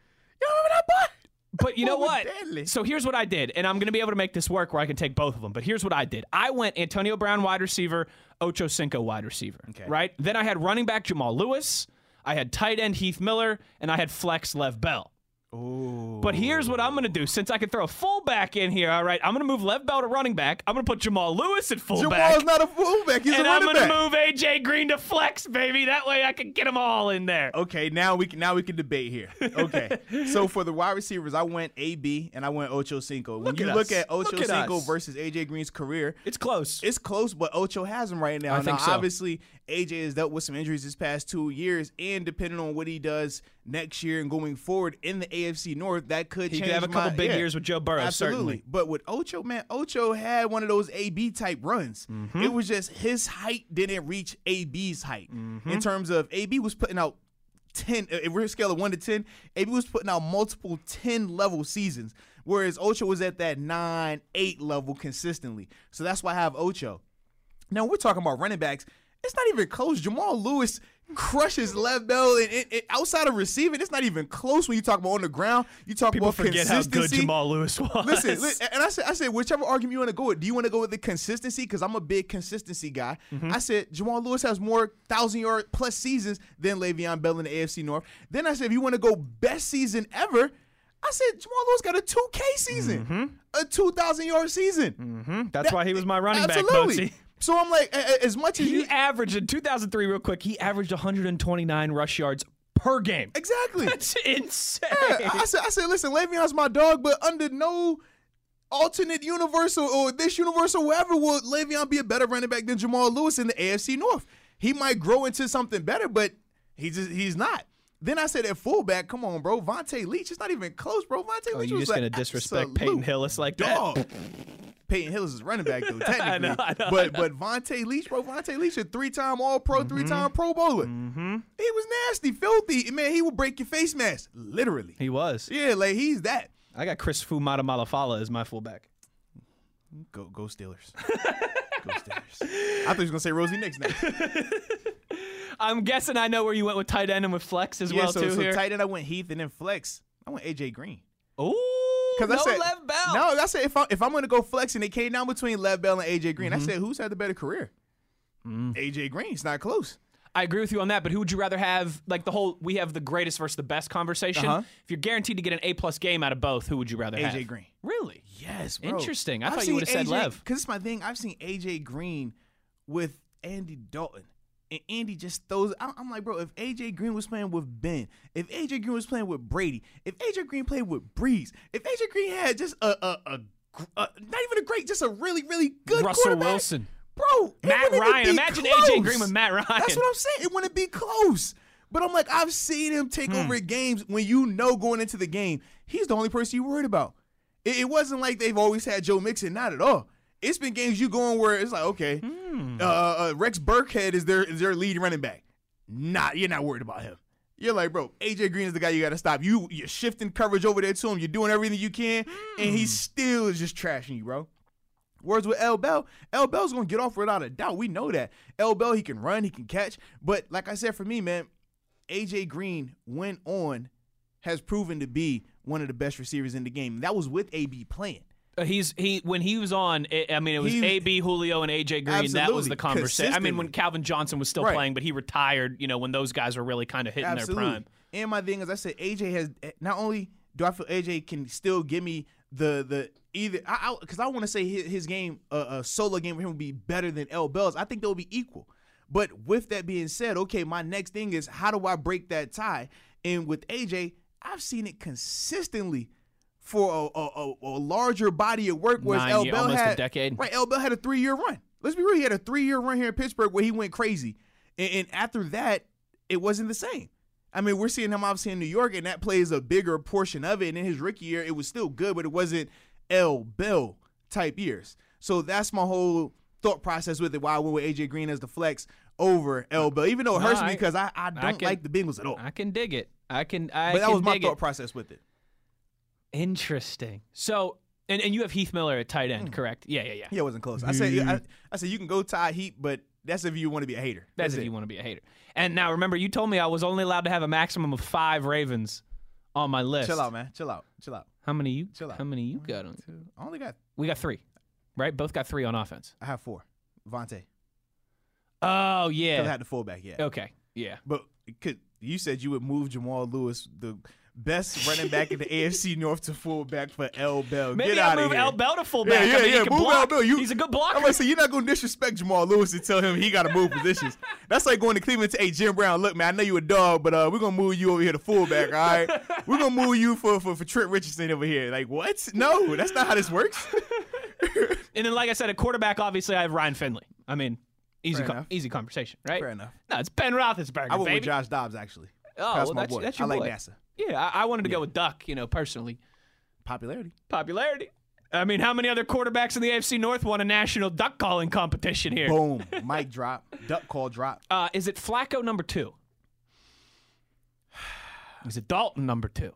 B: You remember that boy?
A: But you know
B: Boy was
A: what?
B: Oh, deadly.
A: So here's what I did, and I'm going to be able to make this work where I can take both of them. But here's what I did: I went Antonio Brown wide receiver, Ocho Cinco wide receiver.
B: Okay.
A: Right. Then I had running back Jamal Lewis. I had tight end Heath Miller, and I had flex Lev Bell.
B: Ooh.
A: But here's what I'm going to do. Since I can throw a fullback in here, all right, I'm going to move Lev Bell to running back. I'm going to put Jamal Lewis at fullback.
B: Jamal's not a fullback. He's
A: and
B: a
A: I'm
B: running
A: going to
B: back.
A: move AJ Green to flex, baby. That way I can get them all in there.
B: Okay, now we can now we can debate here.
A: [LAUGHS]
B: Okay, so for the wide receivers, I went AB and I went Ocho Cinco. When
A: Look
B: you
A: at
B: look
A: us.
B: at Ocho
A: Look at
B: Cinco
A: us.
B: versus AJ Green's career,
A: It's close.
B: It's close, but Ocho has him right now.
A: I
B: now,
A: think so.
B: obviously, AJ has dealt with some injuries this past two years, and depending on what he does next year and going forward in the AFC North, that could
A: he
B: change.
A: could have a couple
B: my-
A: big
B: yeah.
A: years with Joe Burrow,
B: Absolutely.
A: certainly.
B: But with Ocho, man, Ocho had one of those AB type runs.
A: Mm-hmm.
B: It was just his height didn't reach AB's height
A: Mm-hmm.
B: in terms of AB was putting out. 10 if we're on a scale of 1 to 10 AB was putting out multiple 10 level seasons whereas Ocho was at that 9 8 level consistently so that's why I have Ocho now we're talking about running backs. It's not even close. Jamal Lewis crushes Lev Bell, and, and- and outside of receiving, it's not even close. When you talk about on the ground, you talk
A: People
B: about
A: forget how
B: consistency.
A: good Jamal Lewis
B: [LAUGHS]
A: was.
B: Listen, li- and I said, I said, whichever argument you want to go with, do you want to go with the consistency? Because I'm a big consistency guy.
A: Mm-hmm.
B: I said Jamal Lewis has more thousand yard plus seasons than Le'Veon Bell in the AFC North. Then I said, if you want to go best season ever, I said Jamal Lewis got a 2K season, a 2,000 yard season.
A: Mm, That's why he was my Mm-hmm. running
B: Absolutely.
A: back, Boatsy.
B: So I'm like, a- a- as much as
A: He
B: you,
A: averaged in 2003, real quick, he averaged 129 rush yards
E: per game.
B: Exactly.
A: [LAUGHS]
E: That's insane.
B: I said, I said, listen, Le'Veon's my dog, but under no alternate universal or this universal, wherever will Le'Veon be a better running back than Jamal Lewis in the AFC North. He might grow into something better, but he just he's not. Then I said at fullback, come on, bro, Vontae Leach. It's not even close, bro. Vontae
E: Oh,
B: Leach
E: you
B: was
E: just gonna
B: like,
E: disrespect
B: absolute
E: Peyton Hillis like that?
B: Dog. Peyton Hillis is running back
E: [LAUGHS]
B: though, technically.
E: know, I know,
B: but but Vontae Leach, bro, Vontae Leach a three-time All-Pro,
E: Mm-hmm.
B: three-time Pro Bowler. He was nasty, filthy, man. He would break your face mask, literally.
E: He was.
B: Yeah, like he's that.
E: I got Chris Fumata Malafala as my fullback.
B: Go
E: [LAUGHS]
B: go Steelers. go Steelers. I thought he was gonna say Rosie Nix now.
E: I'm guessing I know where you went with tight end and with flex as
B: yeah,
E: well
B: so,
E: too
B: so
E: here.
B: tight end I went Heath and then flex. I went AJ Green.
E: Ooh, no
B: I said,
E: left bell.
B: No, I said if I if I'm gonna go flex and it came down between Lev Bell and AJ
E: Mm-hmm.
B: Green, I said who's had the better career?
E: Mm.
B: AJ Green. It's not close.
A: I agree with you on that, but who would you rather have? Like the whole we have the greatest versus the best conversation.
B: Uh-huh.
A: If you're guaranteed to get an A plus game out of both, who would you rather have?
B: AJ Green.
A: Really?
B: Yes, bro.
A: Interesting. I thought you would've said Lev.
B: Because it's my thing. I've seen AJ Green with Andy Dalton. And Andy just throws. I'm I'm like, bro, if AJ Green was playing with Ben, if AJ Green was playing with Brady, if AJ Green played with Breeze, if AJ Green had just a a, a, gr- a not even a great, just a really really good
A: Russell
B: quarterback,
A: Wilson.
B: bro, it
A: Matt
B: wouldn't even
A: Ryan.
B: be
A: Imagine
B: close.
A: AJ Green with Matt Ryan.
B: That's what I'm saying. It wouldn't be close. But I'm like, I've seen him take over games when you know going into the game, he's the only person you worried about. It, it wasn't like they've always had Joe Mixon, not at all. It's been games you going where it's like, okay, uh, uh, Rex Burkhead is their is their lead running back. Not you're not worried about him. You're like, bro, AJ Green is the guy you got to stop. You you're shifting coverage over there to him. You're doing everything you can, and he still is just trashing you, bro. Whereas with L Bell, L Bell's gonna get off without a doubt. We know that. L Bell, he can run, he can catch. But like I said, for me, man, AJ Green went on, has proven to be one of the best receivers in the game. That was with AB playing.
A: Uh, He's he when he was on. i I mean, it was
B: He-
A: AB Julio and AJ Green. That was
B: Absolutely.
A: the conversation. I mean, when
B: Consistently.
A: Calvin Johnson was still
B: Right.
A: playing, but he retired. You know, when those guys were really kind of hitting their prime.
B: And my thing is, I said AJ has not only do I feel AJ can still give me the the either I because I, want to say his, his game a uh, uh, solo game for him would be better than L Bell's. I think they'll be equal. But with that being said, okay, my next thing is how do I break that tie? And with AJ, I've seen it consistently for a, a, a, a larger body of work. Whereas
A: Nine
B: L
A: year-
B: Bell
A: almost a
B: had
A: decade.
B: Right, L Bell had a three year run. Let's be real, he had a three year run here in Pittsburgh where he went crazy, and, and after that, it wasn't the same. I mean, we're seeing him obviously in New York, and that plays a bigger portion of it. And in his rookie year, it was still good, but it wasn't L Bell type years. So that's my whole thought process with it. Why I went with AJ Green as the flex over L Bell, even though it
A: No,
B: hurts
A: I-
B: me because I, I don't
A: can-
B: like the Bengals at all.
A: I can dig it. I can. I
B: but that
A: can
B: was my
A: dig
B: thought
A: it.
B: process with it.
A: Interesting. So, and, and you have Heath Miller at tight end, correct? Yeah, yeah, yeah.
B: Hmm. Yeah, it wasn't close. I said, I, I said you can go tie heat, but that's if you want to be a hater.
A: That's if you want to be a hater. And now remember, you told me I was only allowed to have a maximum of five Ravens on my list.
B: Chill out, man. Chill out. Chill out.
A: How many you?
B: Chill out.
A: How many you got on? you?
B: I only got.
A: We got three, right? Both got three on offense.
B: I have four. Vontae.
A: Oh
B: Because I
A: yeah.
B: had the fullback. Yeah.
A: Okay. Yeah.
B: But could you said you would move Jamal Lewis, the best running back
A: [LAUGHS]
B: in the AFC North, to fullback for L Bell?
A: Maybe
B: Get
A: I
B: out of
A: move
B: here.
A: Al Bell to fullback. I mean, he can
B: Move
A: block.
B: Al Bell. You-
A: He's a good
B: I'm
A: blocker.
B: gonna say you're not gonna disrespect Jamal Lewis and tell him he got to move positions. That's like going to Cleveland to hey Jim Brown. Look, man, I know you a dog, but uh, we're gonna move you over here to fullback. All right,
A: [LAUGHS]
B: we're gonna move you for for, for Trent Richardson over here. Like what? No, that's not how this works.
A: And then, like I said, a quarterback. Obviously, I have Ryan Finley. I mean, easy,
B: Fair
A: co-
B: enough.
A: easy conversation, right?
B: Fair enough.
A: No, it's Ben Roethlisberger,
B: I went
A: baby.
B: with Josh Dobbs actually.
A: oh,
B: That's
A: well,
B: my
A: that's,
B: boy.
A: that's your
B: I like
A: boy.
B: NASA
A: Yeah, I, I wanted to go with Duck. You know, personally.
B: popularity.
A: popularity. I mean, how many other quarterbacks in the AFC North won a national duck calling competition here? Is
B: Boom, mic drop, duck call drop.
A: Uh, is it Flacco number two? Is it Dalton number two?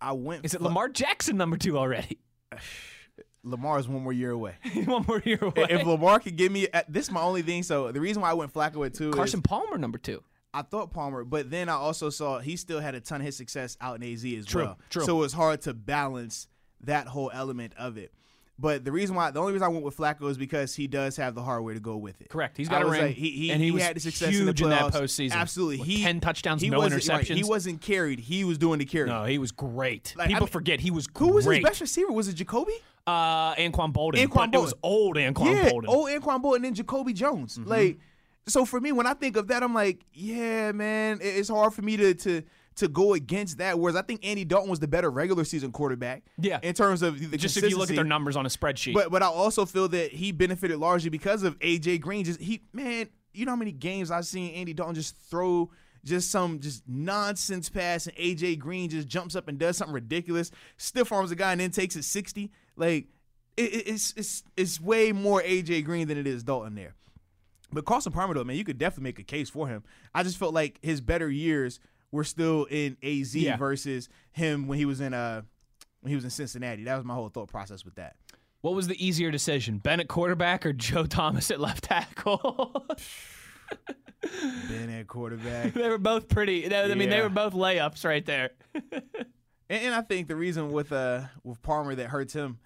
B: I went.
A: Is it
B: Fla-
A: Lamar Jackson number two already? [LAUGHS]
B: Lamar's one more year away.
A: One more year away.
B: if Lamar could give me uh, this, is my only thing. So the reason why I went Flacco at two,
A: Carson
B: Is
A: Palmer number two.
B: I thought Palmer, but then I also saw he still had a ton of his success out in AZ as
A: True,
B: well.
A: true.
B: So it's hard to balance that whole element of it. But the reason why, the only reason I went with Flacco is because he does have the hardware to go with it.
A: Correct. He's
B: I
A: got a
B: was
A: ring,
B: like, he, he,
A: and he was
B: had the success in, the
A: huge in that
B: playoffs.
A: postseason.
B: Absolutely,
A: Like
B: he
A: 10 touchdowns,
B: he
A: no
B: wasn't- right, he
A: interceptions.
B: wasn't carried. He was doing the carry.
A: No, he was great.
B: Like, I
A: People
B: mean,
A: forget he was
B: Who
A: great.
B: was his best receiver? Was it Jacoby?
A: Uh, Anquan Bolden.
B: Anquan
A: but It was
B: Bolden.
A: old Anquan
B: yeah,
A: Bolden. Mm-hmm.
B: old Anquan Bolton and then Jacoby Jones. Like, so for me, when I think of that, I'm like, yeah, man, it- it's hard for me to to to go against that. Whereas I think Andy Dalton was the better regular season quarterback.
A: Yeah.
B: In terms of the, the
A: Just if you look at
B: consistency.
A: their numbers on a spreadsheet.
B: But but I also feel that he benefited largely because of AJ Green. Just he man, you know how many games I've seen Andy Dalton just throw just some just nonsense pass and AJ Green just jumps up and does something ridiculous, stiff arms a guy and then takes it sixty. Like it, it- it's it's it's way more AJ Green than it is Dalton there. But Carson Palmer though, man, you could definitely make a case for him. I just felt like his better years were still in AZ
A: Yeah.
B: versus him when he was in uh when he was in Cincinnati. That was my whole thought process with that.
A: what was the easier decision, Ben at quarterback or Joe Thomas at left tackle? [LAUGHS]
B: Been at quarterback. [LAUGHS]
A: they were both pretty. I mean, they
B: Yeah.
A: were both layups right there.
B: And, and I think the reason with uh with Palmer that hurts him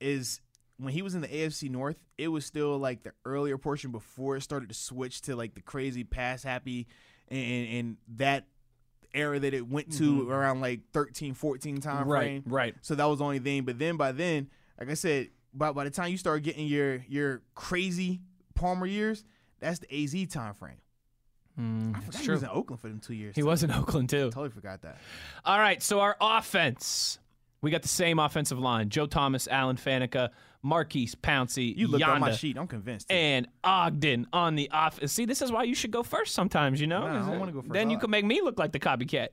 B: is when he was in the AFC North, it was still like the earlier portion before it started to switch to like the crazy pass happy and and that era that it went to around like 13, 14 time frame.
A: Mm-hmm. right.
B: So that was the only thing. But then by then, like I said, by by the time you start getting your your crazy Palmer years, that's the AZ time frame. I forgot he was in Oakland for them two years.
A: Mm, He was in Oakland too.
B: totally forgot that.
A: All right, so our offense. We got the same offensive line. Joe Thomas, Alan Faneca, Marquise Pouncey,
B: You looked on my
A: Yonda,
B: sheet. I'm convinced.
A: and Ogden on the offense. See, this is why you should go first sometimes, you know?
B: Nah, I don't
A: Is it-
B: wanna go first. Uh,
A: Then you
B: I-
A: can make me look like the copycat.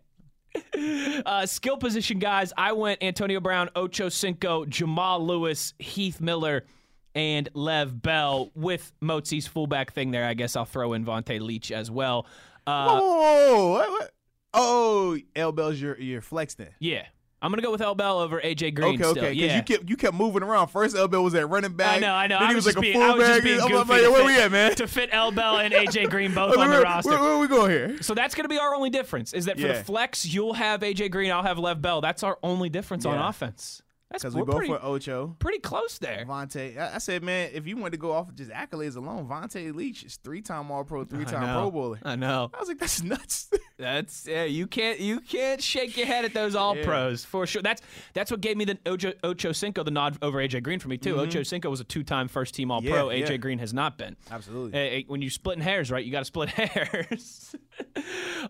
A: [LAUGHS] uh, skill position guys, I went Antonio Brown, Ocho Cinco, Jamal Lewis, Heath Miller, and Lev Bell with Mozi's fullback thing there. I guess I'll throw in Vontae Leach as well. Uh,
B: Oh, whoa, whoa, whoa, what, what? Oh, L Bell's your your flex then.
A: Yeah. I'm going to go with L. Bell over AJ Green
B: okay, okay.
A: still.
B: Because
A: yeah.
B: you kept you kept moving around. First, L Bell was at running back.
A: I know, I know.
B: Then
A: I
B: he
A: was,
B: was,
A: just
B: like
A: being,
B: a
A: I was
B: fullback.
A: just being
B: I'm
A: goofy
B: like,
A: to
B: where
A: fit-
B: we at,
A: [LAUGHS]
B: man?
A: To fit L. Bell and
B: [LAUGHS]
A: AJ Green both on
B: where,
A: the
B: where-
A: roster.
B: where- where we going here?
A: So that's going to be our only difference is that for the
B: Yeah.
A: flex, you'll have AJ Green, I'll have Lev Bell. That's our only difference on
B: Yeah.
A: offense. That's
B: Because
A: we're
B: we both
A: pretty,
B: for Ocho.
A: pretty close there.
B: Vontae, I, I said, man, if you wanted to go off of just accolades alone, Vontae Leach is three-time All-Pro,
A: I
B: three-time
A: know. Uh,
B: Pro Bowler.
A: I know.
B: I was like, that's
A: [LAUGHS]
B: nuts.
A: That's yeah, you can't you can't shake your head at those all pros for sure. That's that's what gave me the Ocho, Ocho Cinco the nod over AJ Green for me too. Ocho Cinco was a two time first team All Pro.
B: Mm-hmm. Yeah,
A: AJ
B: yeah.
A: Green has not been.
B: Absolutely.
A: Eh, eh, when you're splitting hairs, right? You got to split [LAUGHS] hairs.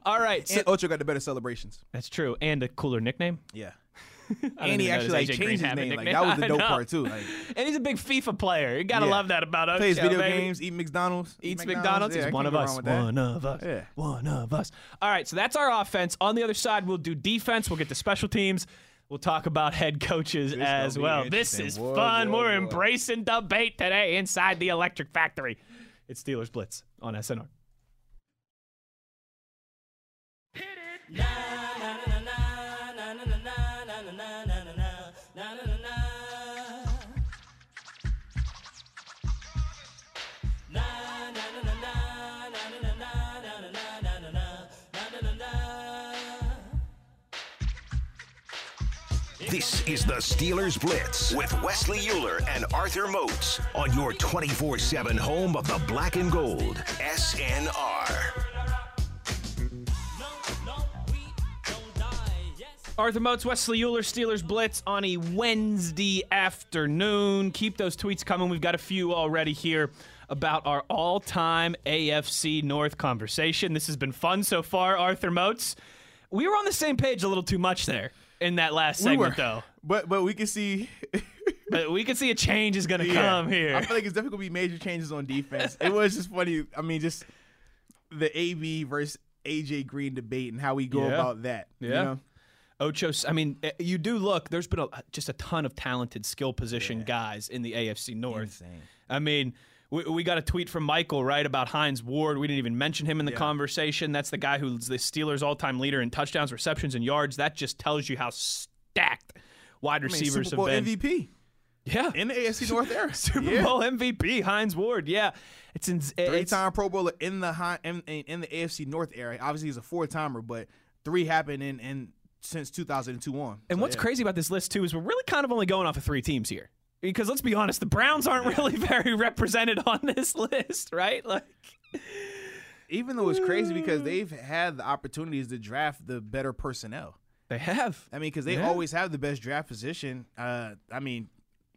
A: all right, so-
B: And Ocho got the better celebrations.
A: that's true, and a cooler nickname.
B: Yeah.
A: don't
B: And he
A: even know,
B: actually
A: does
B: like
A: AJ
B: changed
A: Green
B: his
A: have a
B: name. Like
A: nickname?
B: that was
A: [LAUGHS] I
B: the dope
A: know.
B: part too. Like
A: And he's a big FIFA player. You gotta
B: Yeah.
A: love that about Ocho.
B: plays video
A: baby.
B: games, eat McDonald's,
A: Eats McDonald's.
B: Yeah, I
A: he's one
B: can't
A: of
B: go
A: us.
B: wrong with that.
A: One of us.
B: Yeah.
A: One of us. All right. So that's our offense. On the other side, we'll do defense. We'll get to special teams. We'll talk about head coaches as
B: be
A: well. This
B: interesting.
A: is
B: Whoa,
A: fun.
B: whoa,
A: We're
B: whoa.
A: embracing debate today inside the electric factory. It's Steelers Blitz on SNR.
F: This is the Steelers Blitz
D: with Wesley Euler and Arthur Moats on your 24 7 home of the black and gold, SNR.
A: Arthur Motes, Wesley Euler, Steelers Blitz on a Wednesday afternoon. Keep those tweets coming. We've got a few already here about our all time AFC North conversation. This has been fun so far, Arthur Motes. We were on the same page a little too much there in that last
B: We
A: segment,
B: were-
A: though.
B: But but we can see
A: But we can see a change is going to
B: Yeah.
A: [LAUGHS] come here.
B: I feel like it's definitely gonna be major changes on defense. it was just funny. I mean, just the AB versus AJ Green debate and how we go
A: Yeah.
B: about that. you
A: Yeah.
B: know?
A: Ocho, I mean, eh, you do look. There's been a, just a ton of talented skill position guys in the AFC North. I mean, we, we got a tweet from Michael right about Heinz Ward. We didn't even mention him in the conversation. That's the guy who's the Steelers' all-time leader in touchdowns, receptions, and yards. That just tells you how stacked wide
B: I mean,
A: receivers
B: Super Bowl
A: have been.
B: MVP
A: yeah, [LAUGHS]
B: in the AFC North era.
A: Super Bowl MVP Heinz Ward. Yeah, it's in, it's
B: Three-time Pro Bowler in the high, in, in, in the AFC North era. Obviously, he's a four-timer, but three happened in, in since 2002 on.
A: And what's crazy about this list too is we're really kind of only going off of three teams here. Because let's be honest, the Browns aren't really [LAUGHS] very represented on this list, right? Like
B: Even though it's crazy
A: Mm.
B: because they've had the opportunities to draft the better personnel.
A: they have.
B: I mean, because they always have the best draft position. Uh, I mean,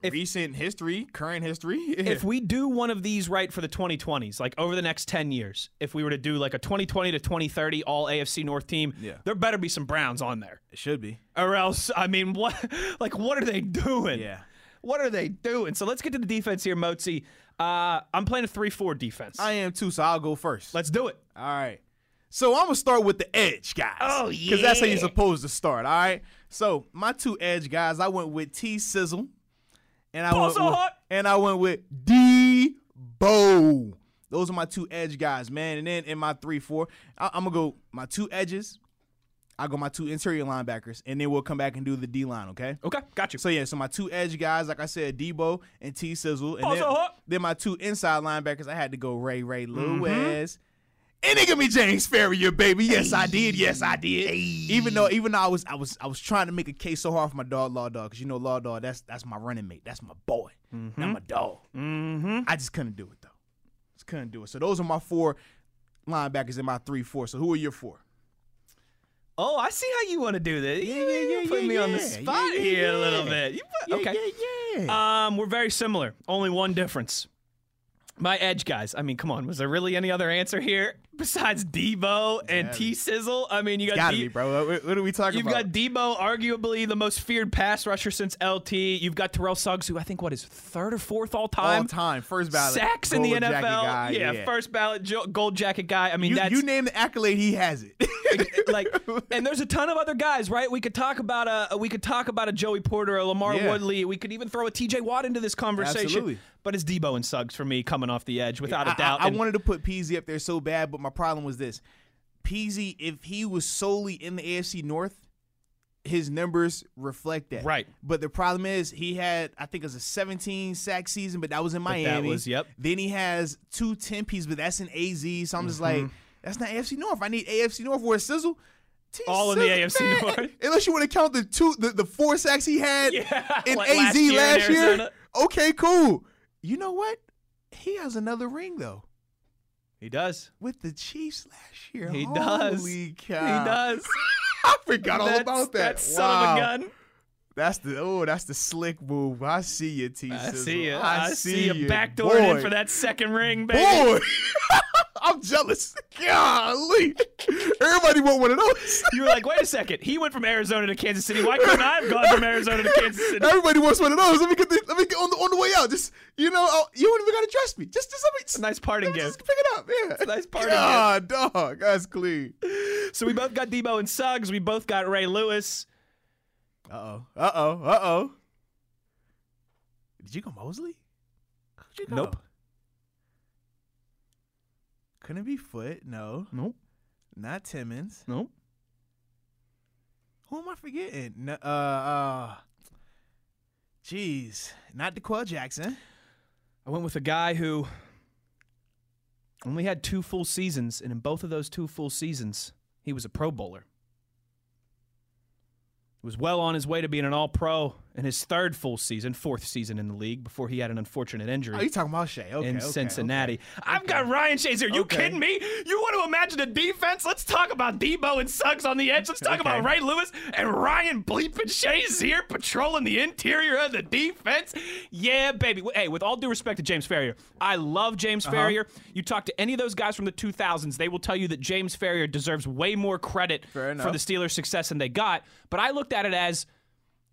A: If-
B: recent history, current history.
A: if we do one of these right for the 2020s, like over the next 10 years, if we were to do like a 2020 to 2030 all AFC North team,
B: Yeah.
A: there better be some Browns on there.
B: [LAUGHS] it should be.
A: Or else, I mean, what [LAUGHS] like what are they doing?
B: Yeah.
A: What are they doing? So let's get to the defense here, Mozi. Uh, I'm playing a 3-4 defense.
B: I am too, so I'll go first.
A: let's do it.
B: All right. So I'm gonna start with the edge guys.
A: Oh,
B: Because that's how you're
A: yeah.
B: supposed to start. All right. So my two edge guys, I went with T Sizzle, and I
A: Balls
B: went
A: are
B: with,
A: hot.
B: and I went with D Bo. Those are my two edge guys, man. And then in my three four, I- I'm gonna go my two edges. I go my two interior linebackers, and then we'll come back and do the D line. Okay.
A: Okay, got you.
B: So yeah, so my two edge guys, like I said, Debo and T Sizzle, and
A: Also
B: then,
A: hot.
B: then my two inside linebackers, I had to go Ray Ray Lewis. And they give me James Ferrier, baby. Yes, I did. Yes, I did. Even though, even though I was, I was, I was trying to make a case so hard for my dog, Law Dog, because you know, Law Dog, that's that's my running mate. That's my boy. Not my dog. I just couldn't do it though. Just couldn't do it. So those are my four linebackers in my three four. So who are your four?
A: oh, I see how you want to do this. you,
B: yeah,
A: you
B: yeah,
A: put me on the
B: yeah, yeah,
A: spot
B: yeah,
A: here a little
B: yeah.
A: bit. You put- okay.
B: Yeah, yeah.
A: Um, we're very similar. Only one difference. My edge guys. I mean, come on. Was there really any other answer here besides Debo and T Sizzle? I mean, Uh, you got
B: Gotta
A: D-
B: be, bro. What, what are we talking
A: you've
B: about?
A: got Debo, arguably the most feared pass rusher since LT. You've got Terrell Suggs, who I think what is third or fourth all time.
B: all time first ballot
A: Sacks in the
B: Golden
A: NFL.
B: Jacket guy,
A: yeah, first ballot jo- gold jacket guy. I mean,
B: You,
A: that's
B: you name the accolade, he has it.
A: like and there's a ton of other guys right we could talk about a we could talk about a joey porter a lamar
B: Yeah.
A: woodley we could even throw a tj watt into this conversation
B: Absolutely.
A: but it's debo and suggs for me coming off the edge without
B: [LAUGHS] I,
A: a doubt
B: I- I
A: And
B: wanted to put Peasy up there so bad, but my problem was this: Peasy, if he was solely in the AFC North, his numbers reflect that.
A: Right.
B: But the problem is he had, I think, it was a 17 sack season, but that was in Miami.
A: that was- yep.
B: Then he has two 10 piece, but that's in AZ. So I'm just like,
A: Mm-hmm.
B: that's not AFC North. I need AFC North where it's sizzle. T
A: All in
B: Sizzle,
A: the AFC
B: man.
A: North.
B: [LAUGHS] Unless you want to count the two, the, the four sacks he had
A: [LAUGHS] Yeah,
B: in
A: like
B: AZ
A: last
B: last,
A: year in
B: year.
A: Arizona.
B: Okay, cool. You know what? He has another ring though
A: he does
B: with the Chiefs last year.
A: he does
B: Holy cow!
A: he does
B: Ah, I forgot all
A: That's-
B: about that.
A: that
B: wow.
A: son of a gun
B: That's the oh, that's the slick move. I see you, T.
A: i
B: Sizzle.
A: see you
B: I, see
A: you
B: ya,
A: backdoor
B: boy.
A: in for that second ring baby
B: Boy, [LAUGHS] I'm jealous. Golly, everybody want one of those.
A: you were like wait a second he went from arizona to kansas city why couldn't i have gone from arizona to kansas
B: [LAUGHS]
A: city
B: Everybody wants one of those. Let me get the, let me get on the on the way out. Just you know, I'll, you don't even gotta dress me. Just just let me. Just,
A: nice parting
B: let me [LAUGHS]
A: gift
B: just pick it up. Yeah,
A: nice parting
B: God, dog, that's clean.
A: so we both got debo and suggs we both got ray lewis
B: Uh oh. Uh oh. Uh oh. Did you go Mosley? How'd you go?
A: Nope.
B: Couldn't be Foot. No.
A: nope
B: Not Timmons.
A: nope
B: Who am I forgetting? No, uh, uh, jeez, not DeQuell Jackson.
A: I went with a guy who only had two full seasons, and in both of those two full seasons, he was a Pro Bowler. He was well on his way to being an All Pro in his third full season, fourth season in the league, before he had an unfortunate injury.
B: Oh, you talking about Shea? Okay,
A: in
B: okay,
A: Cincinnati, I've got Ryan Shazier. You
B: Okay.
A: kidding me? You want to imagine a defense? Let's talk about Debo and Suggs on the edge. Let's talk about
B: Okay.
A: Ray Lewis and Ryan bleeping Shazier patrolling the interior of the defense. Yeah, baby. Hey, with all due respect to James Ferrier, I love James
B: Uh-huh.
A: Ferrier. You talk to any of those guys from the 2000s, they will tell you that James Ferrier deserves way more credit
B: Fair
A: for
B: enough.
A: the Steelers' success than they got. But I looked at it as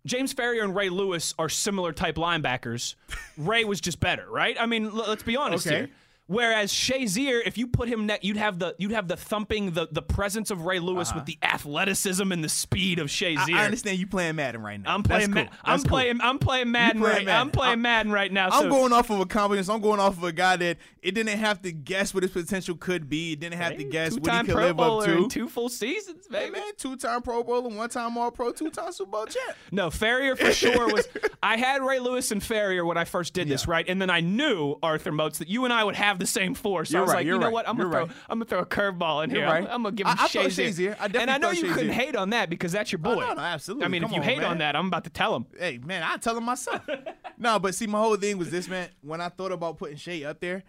A: James Ferrier and Ray Lewis are similar
B: [LAUGHS]
A: type linebackers. Ray was just better, right? I mean, l- let's be honest
B: Okay.
A: here. Whereas Shazier, if you put him next, you'd have the you'd have the thumping, the the presence of Ray Lewis with the athleticism and the speed of
B: Uh-huh. I,
A: Shazier.
B: I understand you playing Madden right now.
A: am
B: That's
A: playing. Ma-
B: cool.
A: I'm
B: That's cool.
A: playing. I'm playing Madden.
B: playing
A: right, I'm
B: Madden.
A: playing
B: I'm-
A: Madden right now.
B: I'm
A: so
B: going off of a confidence. I'm going off of a guy that it didn't have to guess what his potential could be. It didn't have to guess what he
A: two-time
B: could
A: Pro
B: live up
A: Bowler
B: to.
A: in two full seasons,
B: Hey
A: baby.
B: man, two-time Pro Bowler, one-time All-Pro, two-time Super Bowl champ.
A: No, Farrier for sure
B: [LAUGHS]
A: was. I had Ray Lewis and Farrier when I first did this, right? And then I knew Arthur Motes that you and I would have the same four. So I
B: You're
A: was
B: right,
A: like, you
B: you're
A: know
B: right,
A: what? I'm gonna
B: you're
A: throw.
B: right.
A: I'm gonna throw a curveball in here.
B: You're
A: I'm,
B: right.
A: I'm gonna give
B: I-
A: him
B: I thought
A: Shazier.
B: Shazier. I definitely
A: and I know
B: thought
A: you couldn't
B: Shazier.
A: hate on that because that's your boy.
B: Oh, no, no, absolutely.
A: I mean,
B: Come
A: if you
B: on,
A: hate
B: man.
A: on that, I'm about to tell him.
B: Hey man, I tell him
A: [LAUGHS]
B: myself. no, but see, my whole thing was this, man. When I thought about putting Shea up there,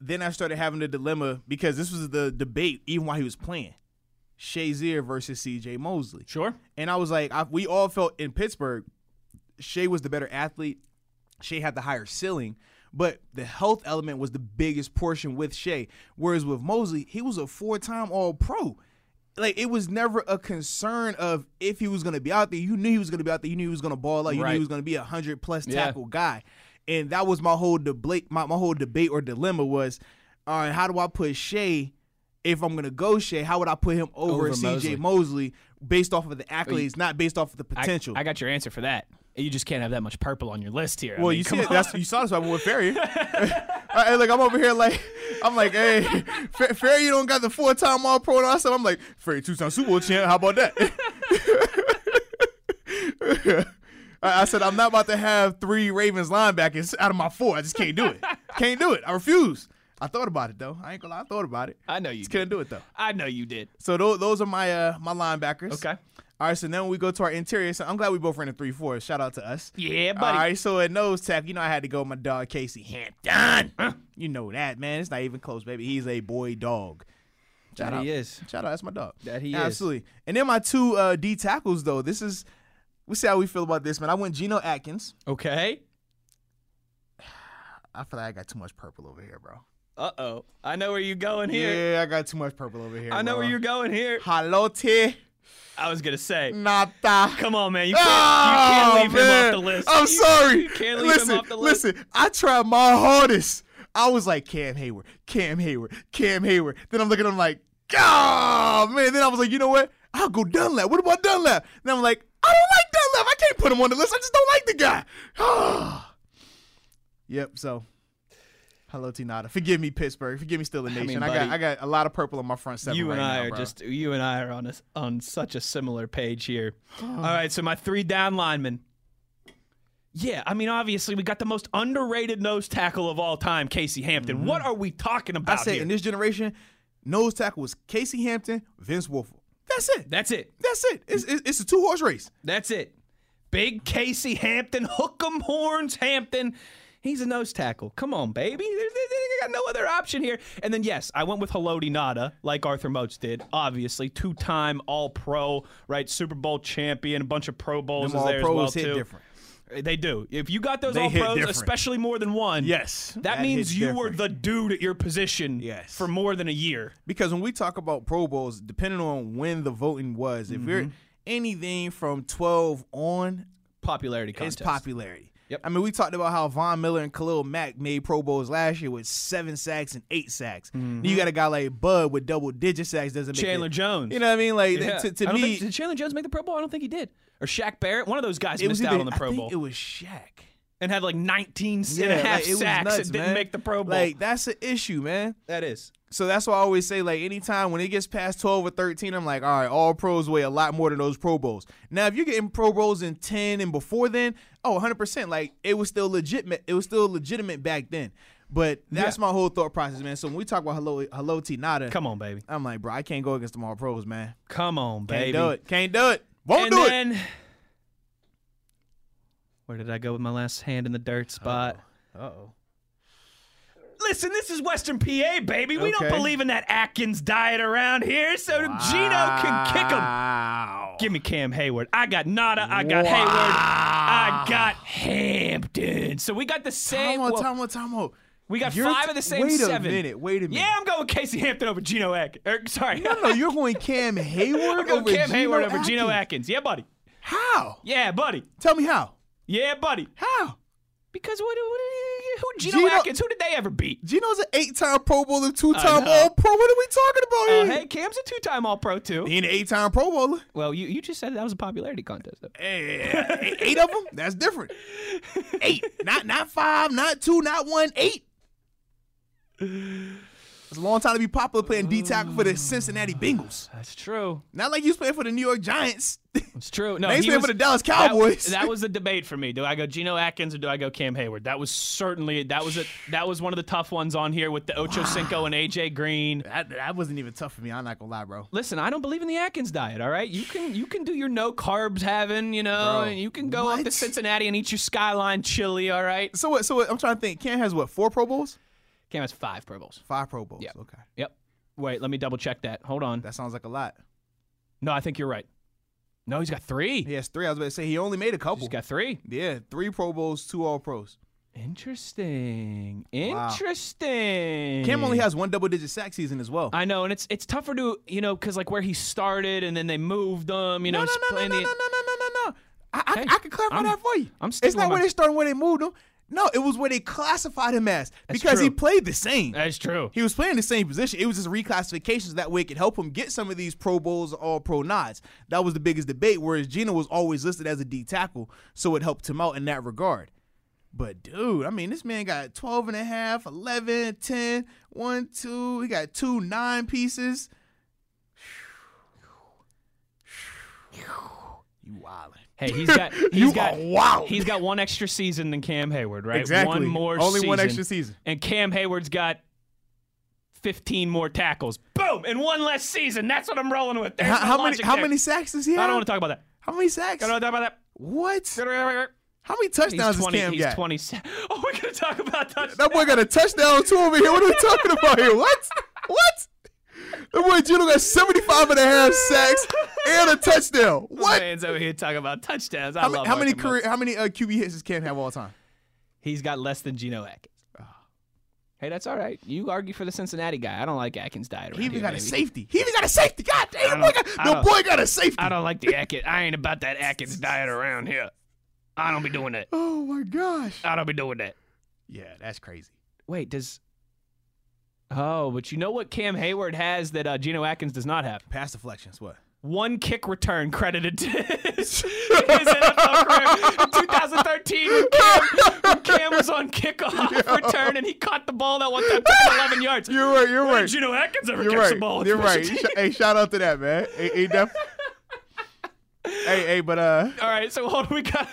B: then I started having the dilemma because this was the debate even while he was playing. Shazier versus C.J. Mosley.
A: Sure.
B: And I was like, I, we all felt in Pittsburgh, Shea was the better athlete. Shea had the higher ceiling, but the health element was the biggest portion with Shea. Whereas with Mosley, he was a four time All Pro. Like it was never a concern of if he was going to be out there. You knew he was going to be out there. You knew he was going to ball out. You knew
A: Right.
B: he was going to be a hundred plus tackle guy. And that was my whole debate. My, my whole debate or dilemma was, all right, how do I put Shea? If I'm gonna go Shea, how would I put him over,
A: Over
B: C.J. Mosley based off of the accolades, not based off of the potential?
A: I, I got your answer for that. You just can't have that much purple on your list here. I
B: Well,
A: mean,
B: you see,
A: come
B: it,
A: on.
B: that's you saw this one with
A: [LAUGHS]
B: Ferry. [LAUGHS] I, like I'm over here, like I'm like, hey, Fer- Ferry, you don't got the four time All Pro and all that stuff. I'm like, Ferry, two time Super Bowl champ. How about that? [LAUGHS] I, I said I'm not about to have three Ravens linebackers out of my four. I just can't do it. Can't do it. I refuse. I thought about it though. I ain't gonna lie. I thought about it.
A: I know you.
B: just
A: Did.
B: couldn't do it though.
A: I know you did.
B: So those, those are my uh, my linebackers.
A: Okay.
B: All right. So then we go to our interior. So I'm glad we both ran a three four. Shout out to us.
A: Yeah, buddy.
B: All right. So at nose tackle, you know I had to go with my dog Casey Hampton. You know that man. It's not even close, baby. He's a boy dog. Shout
A: That
B: out.
A: he is.
B: Shout out. That's my dog.
A: That he is.
B: Absolutely. And then my two uh, D tackles though. This is. We see how we feel about this, man. I went Geno Atkins.
A: Okay.
B: I feel like I got too much purple over here, bro.
A: Uh oh. I know where you're going here.
B: Yeah, I got too much purple over here.
A: I know where you're going here.
B: Halote
A: I was gonna say.
B: nata.
A: Come on, man. You can't, you can't leave
B: Oh, man.
A: him off the list.
B: I'm
A: You-
B: sorry.
A: You can't leave
B: listen,
A: him off the list.
B: listen. I tried my hardest. I was like Cam Hayward, Cam Hayward, Cam Hayward. Then I'm looking at him like, oh man. Then I was like, you know what? I'll go Dunlap. What about Dunlap? Then I'm like, I don't like Dunlap. I can't put him on the list. I just don't like the guy. [SIGHS] yep. So. Hello, Tinata. Forgive me, Pittsburgh. Forgive me, still the
A: mean,
B: nation. I, got
A: buddy,
B: I got a lot of purple on my front seven.
A: You
B: right
A: and I
B: now,
A: are
B: bro.
A: just you and I are on a, on such a similar
B: [SIGHS]
A: page here. All right, so my three down linemen. Yeah, I mean obviously we got the most underrated nose tackle of all time, Casey Hampton. What are we talking
B: Mm-hmm. I
A: about
B: said
A: here?
B: in this generation, nose tackle was Casey Hampton, Vince Wilful. That's it.
A: That's it.
B: That's it. It's, it's, it's a two horse race.
A: That's it. Big Casey Hampton, hook 'em horns Hampton. He's a nose tackle. Come on, baby. There's, there- there- I got no other option here. And then, yes, I went with Haloti Nada, like Arthur Motes did, obviously. Two time All Pro, right? Super Bowl champion, a bunch of Pro Bowls
B: Them
A: is
B: all
A: there as
B: pros
A: well,
B: hit
A: too.
B: different.
A: They do. If you got those
B: They
A: All
B: hit
A: Pros,
B: different.
A: especially more than one,
B: Yes.
A: That,
B: That
A: means
B: hits
A: you were
B: different.
A: the dude at your position
B: Yes.
A: for more than a year.
B: Because when we talk about Pro Bowls, depending on when the voting was, if
A: Mm-hmm.
B: you're anything from 12 on,
A: Popularity
B: it's
A: contest.
B: popularity.
A: Yep.
B: I mean, we talked about how Von Miller and Khalil Mack made Pro Bowls last year with seven sacks and eight sacks. Then You got a guy like Bud with double digit sacks doesn't make
A: Mm-hmm. Chandler
B: it.
A: Jones.
B: You know what I mean? Like
A: Yeah.
B: to, to
A: I don't
B: me,
A: think, did Chandler Jones make the Pro Bowl? I don't think he did. Or Shaq Barrett, one of those guys
B: it was
A: missed
B: either,
A: out on the
B: I
A: Pro
B: think
A: Bowl
B: it was Shaq.
A: and had like 19 and a half
B: like,
A: sacks and didn't
B: man.
A: make the Pro Bowl.
B: Like that's an issue, man.
A: that is.
B: So that's why I always say, like, anytime when it gets past 12 or 13, I'm like, all right, all pros weigh a lot more than those Pro Bowls. Now, if you're getting Pro Bowls in 10 and before then, oh, 100%, like, it was still legitimate. It was still legitimate back then. But that's my whole thought process, man. So when we talk about hello, hello, T Nada,
A: Come on, baby.
B: I'm like, bro, I can't go against them all pros, man.
A: Come on,
B: Can't
A: baby.
B: do it. Can't do it. Won't
A: And
B: do it.
A: then, where did I go with my last hand in the dirt spot?
B: Uh-oh.
A: Listen, this is Western PA, baby. We don't
B: Okay.
A: believe in that Atkins diet around here, so Gino can kick him.
B: Wow.
A: Give me Cam Hayward. I got Nada. I got Hayward. I got Hampton. So we got the same.
B: Time out,
A: well,
B: time out, time out.
A: We got
B: You're
A: five
B: t-
A: of the same
B: wait a
A: seven.
B: minute, wait a minute.
A: Yeah, I'm going with Casey Hampton over Geno Atkins. Er, sorry.
B: No,
A: [LAUGHS]
B: no, you're going Cam Hayward
A: I'm going
B: over
A: Cam
B: Geno
A: Hayward over Geno
B: Atkins.
A: Atkins. Yeah, buddy.
B: How?
A: Yeah, buddy.
B: Tell me how.
A: Yeah, buddy.
B: How?
A: Because what? what who Geno,
B: Geno-
A: Atkins? Who did they ever beat?
B: Geno's an eight-time Pro Bowler, two-time
A: know.
B: All Pro. What are we talking about
A: Uh,
B: here?
A: hey, Cam's a two-time All Pro too.
B: He an eight-time Pro Bowler.
A: Well, you, you just said that was a popularity contest. Though.
B: Hey, eight of them. That's different. Eight, not not five, not two, not one, eight. It's a long time to be popular playing D tackle for the Cincinnati Bengals.
A: That's true.
B: Not like you was playing for the New York Giants.
A: It's true. No,
B: They
A: Oh, he
B: playing
A: was-
B: for the Dallas
A: that-
B: Cowboys.
A: That, was the debate for me. Do I go Geno Atkins or do I go Cam Hayward? That was certainly that was a, that was one of the tough ones on here with the Ocho Cinco and AJ Green.
B: that, that wasn't even tough for me. I'm not gonna lie, bro.
A: Listen, I don't believe in the Atkins diet. All right, you can you can do your no carbs having, you know,
B: Bro,
A: and you can go up to
B: what?
A: Cincinnati and eat your skyline chili. All right,
B: So what? So what, I'm trying to think. Cam has what? Four Pro Bowls?
A: Cam has five Pro Bowls.
B: Five Pro Bowls.
A: Yeah.
B: Okay.
A: Yep. Wait, let me double check that. Hold on.
B: That sounds like a lot.
A: No, I think you're right. No, he's got three.
B: He has three. I was about to say he only made a couple.
A: He's got three.
B: yeah, three Pro Bowls, two All Pros.
A: Interesting. Interesting.
B: Cam only has one double digit sack season as well.
A: I know, and it's it's tougher to you know because like where he started and then they moved him. You know,
B: no, no,
A: he's
B: no, no, no,
A: playing
B: no, no,
A: the-
B: no, no, no. I, I,
A: Hey,
B: I can clarify
A: I'm-
B: that for you.
A: I'm
B: it's
A: sticking
B: not
A: with
B: where
A: my-
B: they started, where they moved him. No, it was where they classified him as because he
A: true.
B: played the same.
A: That's true.
B: He was playing the same position. It was just reclassifications. That way it could help him get some of these Pro Bowls or Pro Nods. That was the biggest debate, whereas Gino was always listed as a D tackle, so it helped him out in that regard. But, dude, I mean, this man got 12 and a half, 11, 10, 1, 2. He got two nine pieces. You wildin'.
A: Hey, he's
B: [LAUGHS]
A: got he's
B: You
A: got
B: are wild.
A: he's got one extra season than Cam Hayward, right?
B: Exactly.
A: One more
B: Only
A: season.
B: one extra season.
A: And Cam Hayward's got 15 more tackles. Boom! And one less season. That's what I'm rolling with. There's
B: How,
A: my
B: how many
A: logic
B: how
A: there.
B: many sacks does he have?
A: I don't want to talk about that.
B: How many sacks?
A: I don't want to talk about
B: What?
A: that.
B: How many
A: He's
B: touchdowns
A: 20.
B: does Cam
A: he's
B: got?
A: 27. [LAUGHS] Oh, we're gonna talk about touchdowns.
B: That boy got a touchdown too over here. What are we talking about here? What? What? That boy Juno got 75 and a half sacks and a touchdown. What?
A: Man's over here talking about touchdowns. I
B: How,
A: love
B: many- how many
A: Arkham Hudson.
B: career, how many uh, QB hits does Cam have all time?
A: He's got less than Geno Atkins. Ah. Hey, that's all right. You argue for the Cincinnati guy. I don't like Atkins diet.
B: He even got a
A: baby.
B: safety. He even got a safety. God damn,
A: I
B: boy
A: don't-
B: got,
A: I
B: no
A: don't-
B: boy got a safety.
A: I don't like the Atkins. I ain't about that Atkins diet around here. I don't be doing that.
B: Oh my gosh.
A: I don't be doing that.
B: Yeah, that's crazy.
A: Wait, does Oh, but you know what Cam Hayward has that uh, Geno Atkins does not have?
B: Pass deflections, what?
A: One kick return credited to his, [LAUGHS] his NFL career. In 2013, when Cam, when Cam was
B: [LAUGHS]
A: on kickoff return and he caught the ball that one time, took it 11 yards.
B: You're right, you're
A: Where
B: right.
A: did Geno Atkins ever
B: You're
A: catch
B: right.
A: the ball? on [LAUGHS]
B: You're
A: special
B: right.
A: teams?
B: Sh- hey, shout out to that man. Hey, hey,
A: [LAUGHS]
B: def- hey, hey, but uh,
A: All right, so hold on, we got.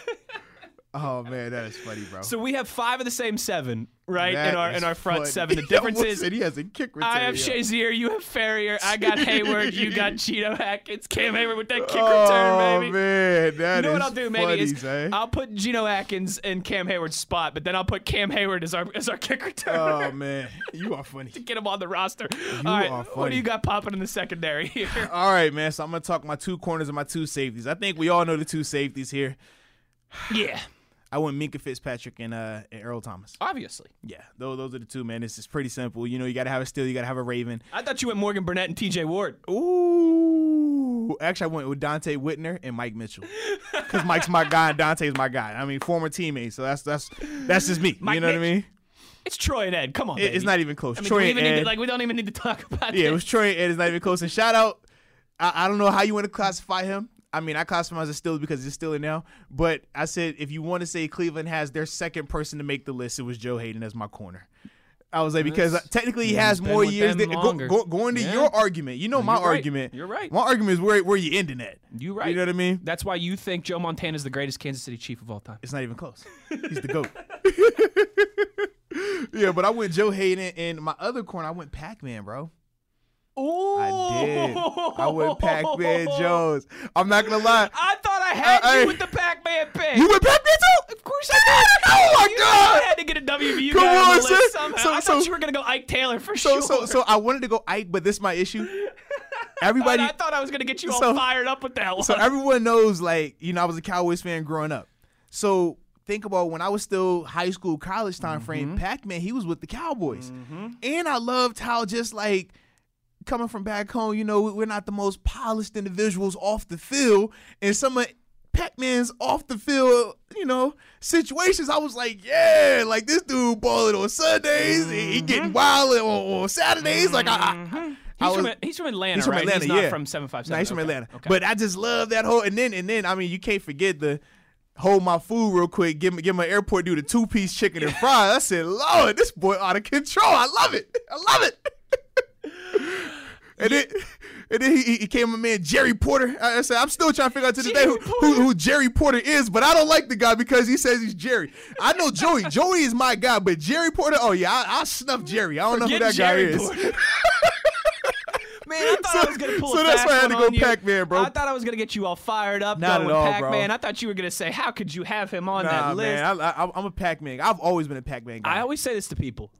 A: [LAUGHS]
B: oh man, that is funny, bro.
A: So we have five of the same seven, right?
B: That
A: in our
B: is
A: in our front
B: funny. [LAUGHS]
A: seven. The
B: Yo,
A: difference
B: Wolf
A: is
B: said he has a kick return.
A: I have
B: yo.
A: Shazier, you have Ferrier, I got Hayward,
B: [LAUGHS]
A: you got Cheeto Atkins, Cam Hayward with that kick
B: Oh
A: return, baby.
B: man, that
A: You know what
B: is
A: I'll do,
B: funny,
A: maybe is
B: Zay.
A: I'll put Geno Atkins in Cam Hayward's spot, but then I'll put Cam Hayward as our as our kick returner.
B: Oh man, you are funny.
A: [LAUGHS] Get him on the roster. All right,
B: are
A: what do
B: funny.
A: you got popping in the secondary here?
B: All right, man. So I'm gonna talk my two corners and my two safeties. I think we all know the two safeties here.
A: [SIGHS] yeah,
B: I went Minka Fitzpatrick and uh and Earl Thomas.
A: obviously.
B: Yeah, those those are the two, man. It's is pretty simple. You know, you gotta have a steal, you gotta have a Raven.
A: I thought you went Morgan Burnett and T.J. Ward.
B: Ooh. Actually, I went with Dante Whitner and Mike Mitchell. Because Mike's my guy and Dante's my guy. I mean, former teammates. So that's that's that's just me.
A: Mike
B: you know what I
A: Mitch-
B: mean?
A: It's Troy and Ed. Come on,
B: It- it's
A: baby.
B: not even close.
A: I mean, do
B: Troy
A: we
B: and
A: even need to-
B: Ed-
A: like we don't even need to talk about
B: yeah, it
A: this.
B: was Troy and Ed. It's not even close. And shout out. I, I don't know how you want to classify him. I mean, I classify him as a stealer because he's stealing now. But I said, if you want to say Cleveland has their second person to make the list, it was Joe Hayden as my corner. I was like, because uh, technically he has
A: been
B: more
A: with
B: years.
A: them
B: than- go-
A: longer.
B: go- going to
A: Yeah.
B: your argument, you know my
A: you're right.
B: argument.
A: You're right.
B: My argument is where where you ending at.
A: [LAUGHS] You right.
B: You know what I mean?
A: That's why you think Joe Montana is the greatest Kansas City Chief of all time.
B: It's not even close. He's the
A: [LAUGHS]
B: goat. [LAUGHS] yeah, but I went Joe Hayden and my other corner. I went Pac Man, bro.
A: Ooh.
B: I did. I went Pac
A: [LAUGHS]
B: Man Jones. I'm not gonna lie.
A: I thought I had
B: I-
A: you
B: I-
A: with the Pac-Man pick.
B: You went Pac Man too?
A: of course I did.
B: Oh my
A: You knew
B: God.
A: I had to get a WVU
B: Come
A: guy on,
B: on,
A: the list
B: son.
A: somehow.
B: So-
A: I
B: so-
A: thought you were gonna go Ike Taylor for
B: So
A: sure.
B: so so I wanted to go Ike, but this is my issue.
A: And
B: Everybody
A: I thought I was gonna get you all
B: so-
A: fired up with [LAUGHS] that one.
B: so everyone knows like, you know, I was a Cowboys fan growing up. So think about when I was still high school, college time frame, Pac Man, he was with the Cowboys. And I loved how just like coming from back home, you know, we're not the most polished individuals off the field. And some of Pac-Man's off the field, you know, situations, I was like, yeah, like this dude balling on Sundays, he, he getting wild on, on Saturdays. Like I, I, I
A: he's,
B: was,
A: from, he's from Atlanta,
B: He's from
A: right?
B: Atlanta,
A: he's not
B: yeah.
A: from 757.
B: Nah, he's from
A: Okay.
B: Atlanta.
A: Okay.
B: But I just love that whole and then and then I mean you can't forget the hold my food real quick. Give me give my airport dude a two piece chicken and fries. I
A: [LAUGHS]
B: said, Lord, this boy out of control. I love it. I love it. and then and then he, he- he came a man Jerry Porter. I, I said I'm still trying to figure out to this day who,
A: Jerry
B: who, who Jerry Porter is, but I don't like the guy because he says he's Jerry. I know
A: [LAUGHS]
B: Joey. Joey is my guy, but Jerry Porter. Oh yeah, I, I snuff Jerry. I don't
A: Get
B: know who that
A: Jerry
B: guy is.
A: Porter.
B: [LAUGHS]
A: Man, I thought I
B: So-
A: was gonna pull.
B: so
A: a
B: that's
A: fast
B: why I had to
A: one
B: go
A: on you.
B: Pac-Man, bro.
A: I thought I was gonna get you all fired up.
B: Not
A: going
B: at all,
A: with Pac-Man.
B: bro.
A: I thought you were gonna say, "How could you have him on
B: Nah,
A: that list?"
B: man, I, I, I'm a Pac Man. I've always been a Pac Man guy.
A: I always say this to people.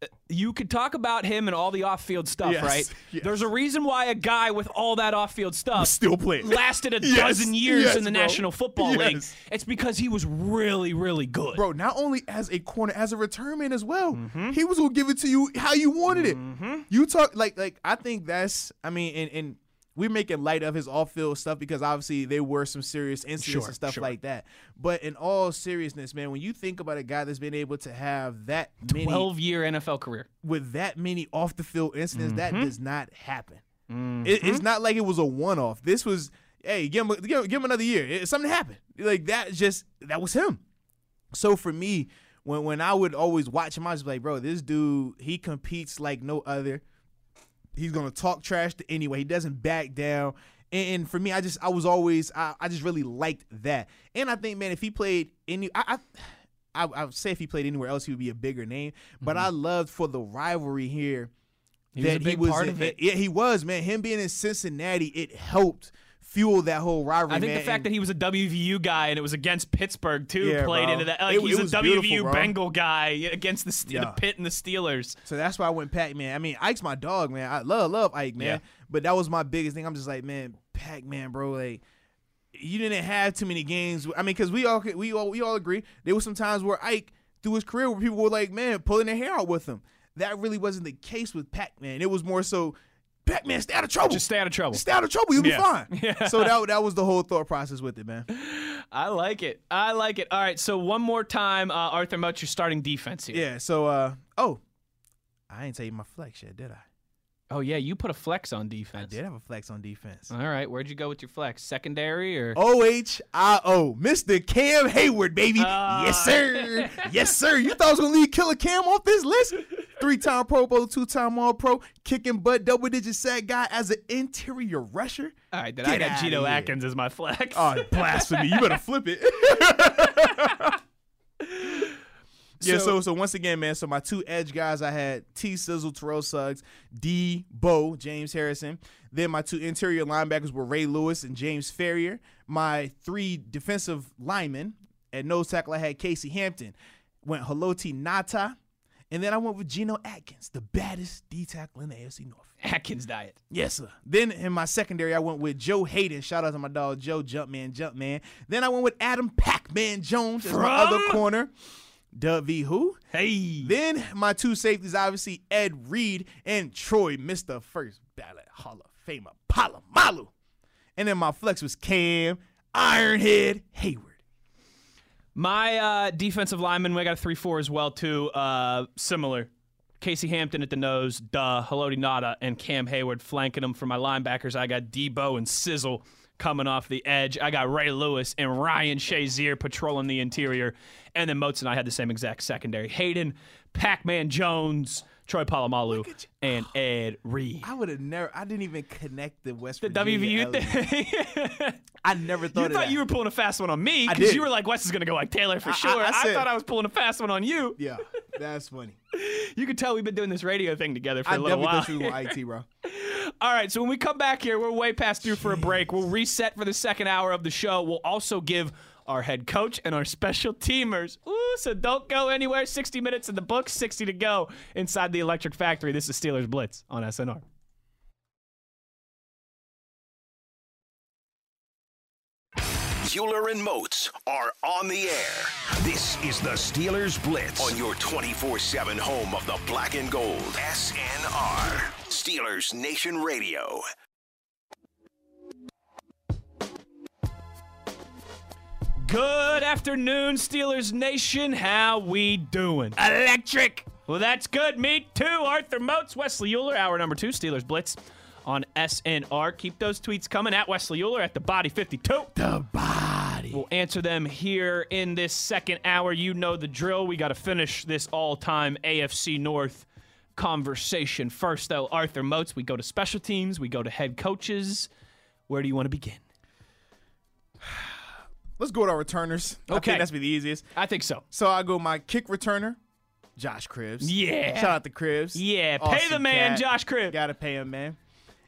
A: Uh, you could talk about him and all the off-field stuff,
B: Yes,
A: right?
B: yes.
A: There's a reason why a guy with all that off-field
B: [LAUGHS]
A: stuff
B: Still playing.
A: lasted a
B: Yes,
A: dozen years
B: yes,
A: in the
B: bro.
A: National Football League.
B: Yes.
A: It's because he was really, really good.
B: Bro, not only as a corner, as a return man as well. He was gonna give it to you how you wanted it. You talk like like I think that's I mean, and and we're making light of his off field stuff because obviously there were some serious incidents and stuff like that. But in all seriousness, man, when you think about a guy that's been able to have that many
A: 12-year NFL career.
B: with that many off the field incidents, that does not happen.
A: Mm-hmm.
B: It, it's not like it was a one off. This was, hey, give him, give, give him another year. It- something happened. Like that, just that was him. So for me, when when I would always watch him, I was like, bro, this dude, he competes like no other. He's gonna talk trash to anyway. He doesn't back down. And, and for me, I just I was always I, I just really liked that. And I think, man, if he played any, I, I I, I would say if he played anywhere else, he would be a bigger name. But I loved for the rivalry here
A: Mm-hmm. was a big part
B: in-
A: of it.
B: Yeah, he was man. Him being in Cincinnati, it helped fuel that whole rivalry.
A: I think the fact that he was a WVU guy and it was against Pittsburgh too
B: Yeah,
A: played
B: bro.
A: into that. Like
B: It-
A: he's
B: it
A: a
B: was beautiful,
A: WVU
B: bro.
A: Bengal guy against the, Ste
B: Yeah.
A: the Pitt and the Steelers.
B: so that's why I went Pac Man. I mean, Ike's my dog, man. I love love Ike, man. But that was my biggest thing. I'm just like, man, Pac Man, bro, like. You didn't have too many games. I mean, because we all we all we all agree there were some times where Ike through his career where people were like, man, pulling their hair out with him. That really wasn't the case with Pac Man. It was more so, Pac Man, stay out of trouble.
A: Just stay out of trouble.
B: Stay out of trouble. You'll be
A: Yeah.
B: fine.
A: [LAUGHS] Yeah.
B: So that that was the whole thought process with it, man.
A: I like it. I like it. All right, so one more time, uh, Arthur Moat, you're starting defense here.
B: Yeah. So, uh, oh, I ain't tell you my flex yet, did I?
A: Oh yeah, you put a flex on defense.
B: Did have a flex on defense?
A: All right, where'd you go with your flex? Secondary or?
B: O H I O, Mr. Cam Hayward, baby.
A: Ah.
B: yes, sir. yes, sir. You thought I was gonna leave Killer Cam off this list? Three-time Pro Bowl, two-time All-Pro, kicking butt, double-digit sack guy as an interior rusher.
A: All right, then I
B: Get
A: got
B: outta
A: Geno
B: here.
A: Atkins as my flex.
B: Oh, blasphemy! You better flip it. yeah. So,
A: So-
B: so once again, man. So my two edge guys, I had T Sizzle, Terrell Suggs, D Bo, James Harrison. Then my two interior linebackers were Ray Lewis and James Ferrier. My three defensive linemen at nose tackle, I had Casey Hampton. Went Haloti Nata. And then I went with Geno Atkins, the baddest D tackle in the AFC North.
A: [LAUGHS] Atkins diet.
B: Yes, sir. Then in my secondary, I went with Joe Hayden. Shout out to my dog Joe Jumpman Jumpman. Then I went with Adam Pac-Man Jones as my other corner. Dub V who?
A: Hey.
B: Then my two safeties, obviously Ed Reed and Troy, Mr. First Ballot Hall of Famer Palomalu. And then my flex was Cam Ironhead Hayward.
A: My uh, defensive lineman, we got a three-four as well too. Uh, similar. Casey Hampton at the nose, duh. Haloti Nada and Cam Hayward flanking them for my linebackers. I got Debo and Sizzle coming off the edge. I got Ray Lewis and Ryan Shazier patrolling the interior, and then Moats and I had the same exact secondary: Hayden, Pac-Man Jones, Troy Polamalu, and Ed Reed. [LAUGHS]
B: I would have never. I didn't even connect the West E.
A: The WVU [LAUGHS] thing.
B: I never thought
A: you
B: of
A: thought
B: that.
A: you were pulling a fast one on me
B: I
A: because
B: did.
A: you were like, Wes is going to go like Taylor for sure. I,
B: I said-
A: thought I was pulling a fast one on you.
B: yeah, that's
A: [LAUGHS]
B: funny.
A: You can tell we've been doing this radio thing together for a
B: I
A: little
B: definitely
A: while.
B: thought you were going IT, bro.
A: All right, so when we come back here, we're way past due for a break. We'll reset for the second hour of the show. We'll also give our head coach and our special teamers. Ooh, so don't go anywhere. 60 minutes in the book, 60 to go inside the Electric Factory. This is Steelers Blitz on SNR.
D: Bueller and Moats are on the air.
G: This is the Steelers Blitz
D: On your 24 7 home of the black and gold. SNR. Steelers Nation Radio.
A: Good afternoon, Steelers Nation. How we doing? Electric. Well, that's good. Me too. Arthur Moats, Wesley Euler, hour number two, Steelers Blitz on SNR. Keep those tweets coming at Wesley Euler at the body 52.
B: The body.
A: We'll answer them here in this second hour. You know the drill. We got to finish this all time AFC North conversation. First, though, Arthur Moats, we go to special teams, we go to head coaches. Where do you want to begin?
B: Let's go to our returners. I
A: Okay.
B: think that's be the easiest.
A: I think so.
B: So I go my kick returner, Josh Cribs.
A: Yeah.
B: Shout out to Cribs.
A: Yeah, pay the man, Josh Cribbs.
B: Gotta pay him, man.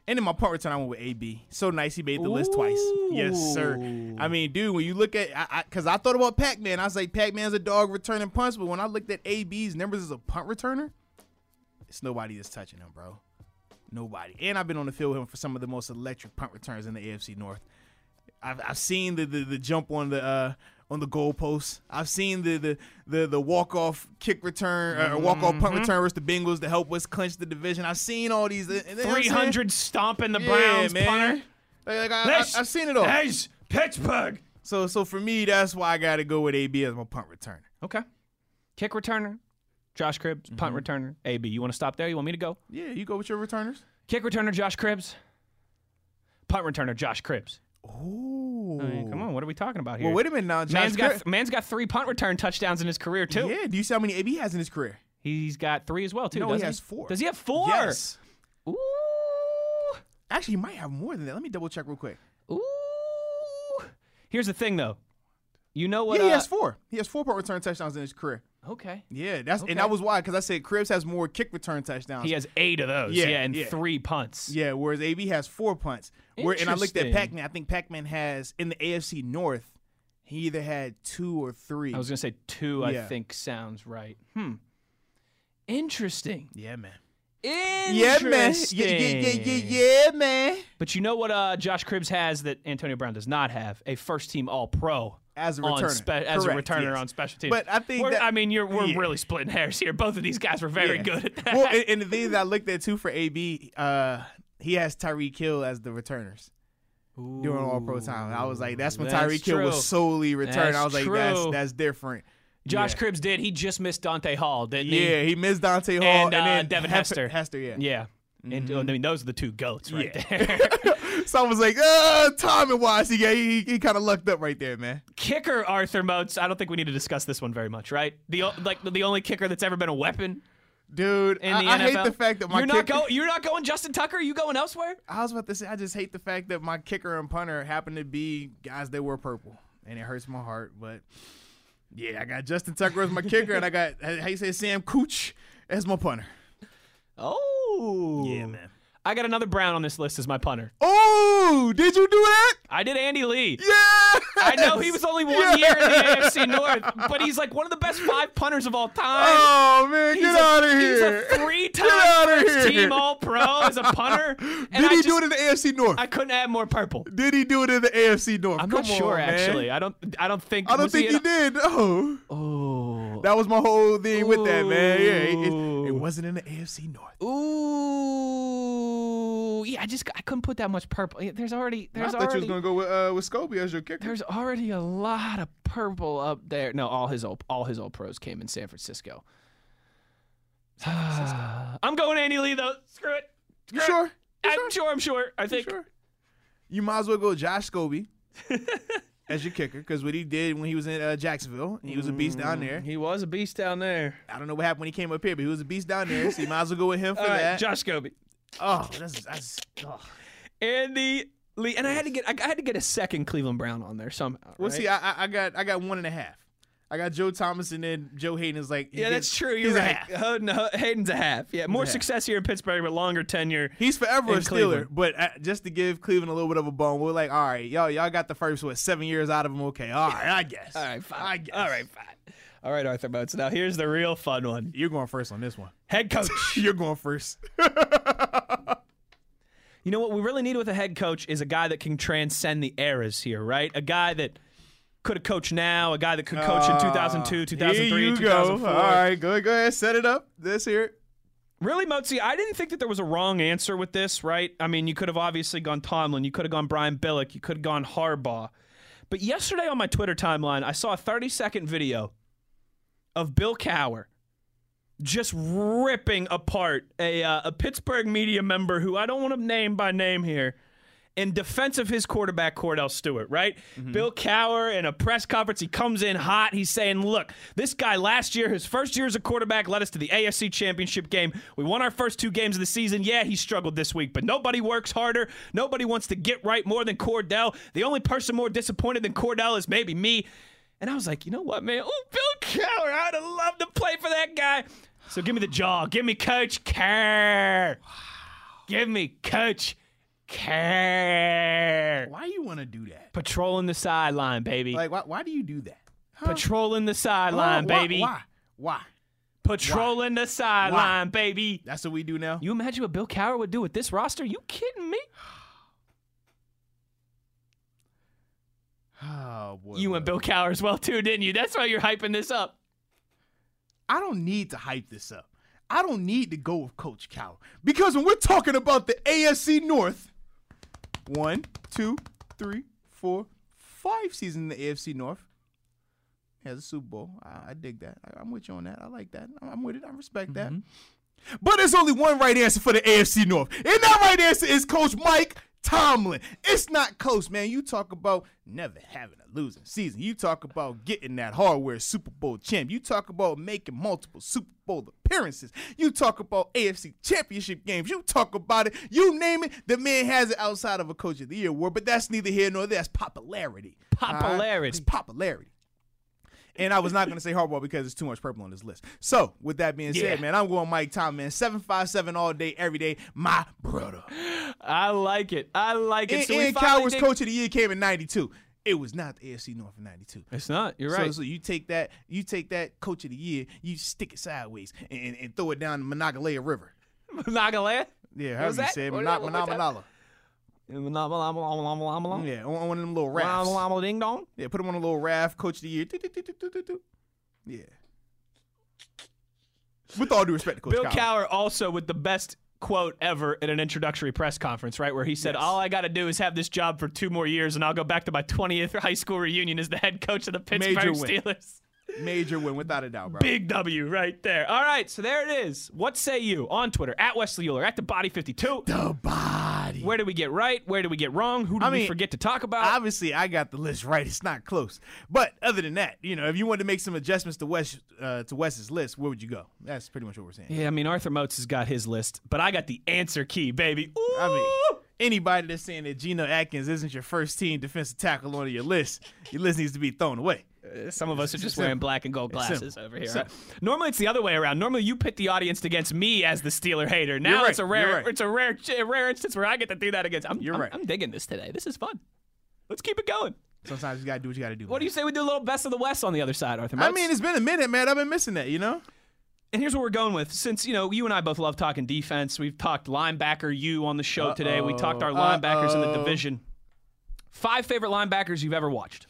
B: And then my punt return, I went with AB. So nice, he made the list twice. Yes, sir. I mean, dude, when you look at, I, I, cause I thought about Pac Man, I was like, Pac Man's a dog returning punts, but when I looked at AB's numbers as a punt returner, It's nobody that's touching him, bro. Nobody. And I've been on the field with him for some of the most electric punt returns in the AFC North. I've, I've seen the, the the jump on the uh, on the goalposts. I've seen the the the, the walk off kick return uh, or walk off
A: Mm-hmm.
B: punt return versus the Bengals to help us clinch the division. I've seen all these
A: Three hundred stomping the
B: yeah,
A: Browns
B: man.
A: punter.
B: Like, like, I, I,
A: This-
B: I've seen it all.
A: Nice Pittsburgh.
B: So so for me, that's why I got to go with AB as my punt returner.
A: Okay. Kick returner, Josh Cribbs, punt
B: Mm-hmm.
A: returner, AB. You want to stop there? You want me to go?
B: Yeah, you go with your returners.
A: Kick returner, Josh Cribbs. Punt returner, Josh Cribbs.
B: Ooh.
A: I mean, come on, what are we talking about here?
B: Well, wait a minute now. Josh
A: man's got
B: Cri-
A: man's got three punt return touchdowns in his career too.
B: yeah, do you see how many AB has in his career?
A: He's got three as well too.
B: No, he
A: doesn't
B: has four.
A: Does he have four?
B: Yes.
A: Ooh.
B: Actually, he might have more than that. Let me double check real quick.
A: Ooh. Here's the thing though. You know what?
B: yeah, he
A: uh,
B: has four. He has four punt return touchdowns in his career.
A: okay.
B: Yeah, that's
A: Okay.
B: and that was why because I said Cribs has more kick return touchdowns.
A: He has eight of those.
B: Yeah,
A: Yeah, and
B: yeah.
A: three punts.
B: yeah, whereas AB has four punts. Where and I looked at
A: Interesting.
B: Pac-Man. I think Pac-Man has in the AFC North. He either had two or three.
A: I was gonna say two.
B: Yeah.
A: I think sounds right. Hmm. Interesting.
B: yeah, man.
A: Interesting.
B: Yeah, man. Yeah, yeah, yeah, yeah, yeah, man.
A: But you know what? Uh, Josh Cribbs has that Antonio Brown does not have a first-team All-Pro
B: As a
A: on
B: returner.
A: spe- as a
B: Correct,
A: returner
B: yes.
A: on special teams.
B: But I think
A: We're-
B: that-
A: I mean, you're we're
B: yeah.
A: really splitting hairs here. Both of these guys were very
B: Yeah.
A: good at that.
B: Well, and, and the thing that I looked at too for AB, uh, he has Tyreek Hill as the returners during All Pro time. I was like, that's when
A: That's
B: Tyreek Hill
A: true.
B: was solely returned. I
A: That's
B: was like, that's
A: true.
B: that's different.
A: Josh
B: yeah.
A: Cribbs did. He just missed Dante Hall, didn't he?
B: Yeah, he missed Dante Hall
A: And,
B: and,
A: uh,
B: then
A: Devin
B: Hef-
A: Hester.
B: Hester, yeah. Mm-hmm.
A: Yeah. And I mean, those are the two goats right there. [LAUGHS]
B: So I was like, uh, Tommy Wise, he got- he, he kind of lucked up right there, man.
A: kicker Arthur Motes. I don't think we need to discuss this one very much, right? The o- like the only kicker that's ever been a weapon
B: Dude,
A: in
B: I,
A: the
B: I
A: NFL.
B: hate the fact that my
A: you're not
B: kicker,
A: going. You're not going Justin Tucker. You going elsewhere?
B: I was about to say, I just hate the fact that my kicker and punter happened to be guys that were purple, and it hurts my heart. But yeah, I got Justin Tucker as my kicker, and I got [LAUGHS] how you say Sam Cooch as my punter.
A: Oh, I got another Brown on this list as my punter.
B: Oh, did you do that?
A: I did Andy Lee.
B: Yeah.
A: I know
B: [LAUGHS]
A: he was only one year in the AFC North, but he's like one of the best five punters of all time.
B: Oh man,
A: He's
B: get
A: a-
B: out of
A: he's
B: here.
A: a three-time
B: Get outta
A: first
B: here.
A: team All-Pro as
B: [LAUGHS]
A: a punter. And
B: Did
A: I
B: he do
A: just-
B: it in the AFC North?
A: I couldn't add more purple.
B: did he do it in the AFC North?
A: I'm
B: Come
A: not sure
B: on, man.
A: actually. I don't. I don't think.
B: I don't
A: was
B: think he
A: in-
B: did. Oh.
A: Oh.
B: That was my whole thing with that, man. Yeah, it, it, it
A: Ooh.
B: wasn't in the AFC North.
A: Ooh, yeah. I just I couldn't put that much purple. Yeah, There's already there's
B: I thought you
A: already
B: was gonna go with uh, with Scobie as your kicker.
A: there's already a lot of purple up there. No, all his old all his old pros came in San Francisco. [SIGHS] I'm going Andy Lee though. Screw it.
B: You sure?
A: I'm sure. I'm sure. I
B: You
A: think.
B: sure? You might as well go Josh
A: [LAUGHS]
B: Scobie as your kicker because what he did when he was in uh, Jacksonville, he was a beast down there.
A: He was a beast down there.
B: I don't know what happened when he came up here, but he was a beast down there. So you might as well go with him for
A: [LAUGHS] All right,
B: that.
A: Josh Scobie,
B: oh, that's, that's oh.
A: Andy Lee, and I had to get I had to get a second Cleveland Brown on there somehow.
B: well.
A: right?
B: See, I, I- I got I got one and a half. I got Joe Thomas and then Joe Hayden is like he
A: Yeah, that's
B: gets-
A: true.
B: he's
A: You're
B: a
A: right.
B: half.
A: Hayden- uh, Hayden's a half. Yeah, more
B: a half.
A: success here in Pittsburgh, but longer tenure.
B: He's forever
A: In
B: a Steeler,
A: Cleveland.
B: but uh, just to give Cleveland a little bit of a bone, we're like, all right, y'all, y'all got the first what seven years out of him. Okay, all right, I guess.
A: All right, fine.
B: I guess.
A: All right, fine. All right, Arthur Motes. Now here's the real fun one.
B: you're going first on this one.
A: Head coach.
B: [LAUGHS] You're going first.
A: you know what we really need with a head coach is a guy that can transcend the eras here, right? A guy that could have coached now, a guy that could coach in 2002, 2003,
B: Ah, Here you
A: 2004.
B: Go. All right, go, go ahead, set it up. Let's hear it.
A: Really, Motzi, I didn't think that there was a wrong answer with this, right? I mean, you could have obviously gone Tomlin, you could have gone Brian Billick, you could have gone Harbaugh. But yesterday on my Twitter timeline, I saw a 30 second video of Bill Cower just ripping apart a, uh, a Pittsburgh media member who I don't want to name by name here in defense of his quarterback Cordell Stewart, right? Bill Cower in a press conference, he comes in hot. He's saying, "Look, this guy last year, his first year as a quarterback, led us to the AFC Championship game. We won our first two games of the season. Yeah, he struggled this week, but nobody works harder. Nobody wants to get right more than Cordell. The only person more disappointed than Cordell is maybe me." And I was like, "You know what, man? Oh, Bill Cower, I'd have loved to play for that guy." So give me the jaw. Give me Coach Kerr. Give me Coach Kerr
B: Why you want to do that?
A: patrolling the sideline, baby.
B: Like, why, why do you do that? Huh?
A: patrolling the
B: Huh?
A: sideline,
B: Why-
A: baby.
B: Why? Why?
A: patrolling the sideline, baby.
B: That's what we do now.
A: You imagine what Bill Cowher would do with this roster? You kidding me?
B: [SIGHS] oh boy.
A: You
B: boy.
A: went Bill Cowher as well too, didn't you? That's why you're hyping this up.
B: I don't need to hype this up. I don't need to go with Coach Cowher because when we're talking about the AFC North, one, two, three, four, five seasons in the AFC North has a Super Bowl. I, I dig that. I, am with you on that. I like that. I'm, I'm with it. I respect that. But there's only one right answer for the AFC North, and that right answer is Coach Mike. Tomlin, it's not close, man. You talk about never having a losing season. You talk about getting that hardware Super Bowl champ. You talk about making multiple Super Bowl appearances. You talk about AFC championship games. You talk about it. You name it. The man has it outside of a Coach of the Year award, but that's neither here nor there. That's popularity. All right?
A: Popularity.
B: It's popularity. And I was not going to say Harbaugh because it's too much purple on this list. So, with that being said, man, I'm going Mike Tomlin, man. 757 all day, every day, my brother.
A: I like it. I like it.
B: And,
A: so we
B: and
A: finally
B: Cowher's
A: did-
B: coach of the year came in '92. It was not the AFC North in '92.
A: It's not. You're
B: So,
A: right.
B: so you take that, you take that coach of the year, you stick it sideways and, and, and throw it down the Monogalea River.
A: [LAUGHS] Monagalea.
B: Yeah, however
A: was
B: you
A: that?
B: say it,
A: What-
B: Mono-
A: what- what's that?
B: Monomanala.
A: Yeah.
B: Yeah, on, on one of them little rafts.
A: Ding dong.
B: Yeah, put him on a little raft. Coach of the year. Do-do-do-do-do-do-do. Yeah. With all due respect to Coach
A: Bill
B: Cowher.
A: Cowher also with the best quote ever at an introductory press conference, right? Where he said, All I got to do is have this job for two more years, and I'll go back to my 20th high school reunion as the head coach of the Pittsburgh
B: Major win.
A: Steelers.
B: Major win, without a doubt, bro.
A: Big W right there. All right, so there it is. What say you on Twitter at Wesley Euler, at the Body 52?
B: The body.
A: Where did we get right? Where did we get wrong? Who did
B: I
A: we
B: mean,
A: forget to talk about?
B: Obviously, I got the list right. It's not close. But other than that, you know, if you wanted to make some adjustments to Wes uh, to Wes's list, where would you go? That's pretty much what we're saying.
A: yeah, I mean, Arthur Motes has got his list, but I got the answer key, baby. Ooh.
B: I mean, anybody that's saying that Geno Atkins isn't your first team defensive tackle on your list, your list needs to be thrown away.
A: Some of us are just wearing black and gold glasses
B: simple.
A: over here. right? Normally it's the other way around. Normally you pit the audience against me as the Steeler hater. Now
B: right,
A: it's a rare
B: you're right.
A: it's a rare a rare instance where I get to do that against. I'm,
B: You're
A: I'm-
B: right.
A: I'm digging this today. This is fun. Let's keep it going.
B: Sometimes you gotta do what you gotta do.
A: What do you say we do a little best of the West on the other side, Arthur?
B: I
A: Motes?
B: mean, it's been a minute, man. I've been missing that, you know.
A: and here's what we're going with. Since you know you and I both love talking defense, we've talked linebacker you on the show today. We talked our linebackers in the division. Five favorite linebackers you've ever watched.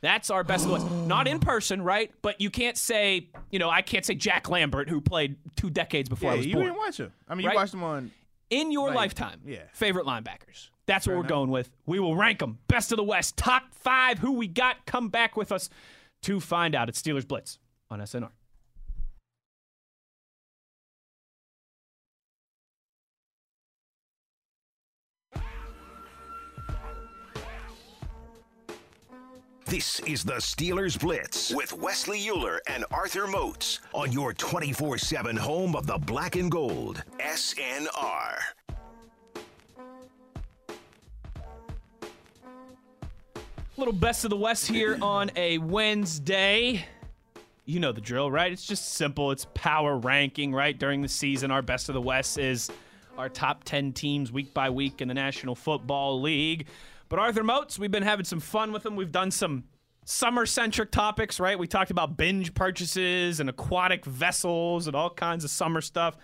A: That's our best of the West. Not in person, right? But you can't say, you know, I can't say Jack Lambert, who played two decades before I was
B: you
A: born.
B: didn't watch him. I mean,
A: Right?
B: you watched him on.
A: in your lifetime,
B: yeah.
A: favorite linebackers. That's what we're going with. We will rank them. Best of the West, top five, who we got. Come back with us to find out. It's Steelers Blitz on SNR.
D: This is the Steelers Blitz with Wesley Euler and Arthur Moats on your 24 7 home of the black and gold, SNR.
A: Little best of the West here on a Wednesday. You know the drill, right? It's just simple. It's power ranking, right? During the season, our best of the West is our top 10 teams week by week in the National Football League. But Arthur Motes, we've been having some fun with him. We've done some summer centric topics, right? We talked about binge purchases and aquatic vessels and all kinds of summer stuff,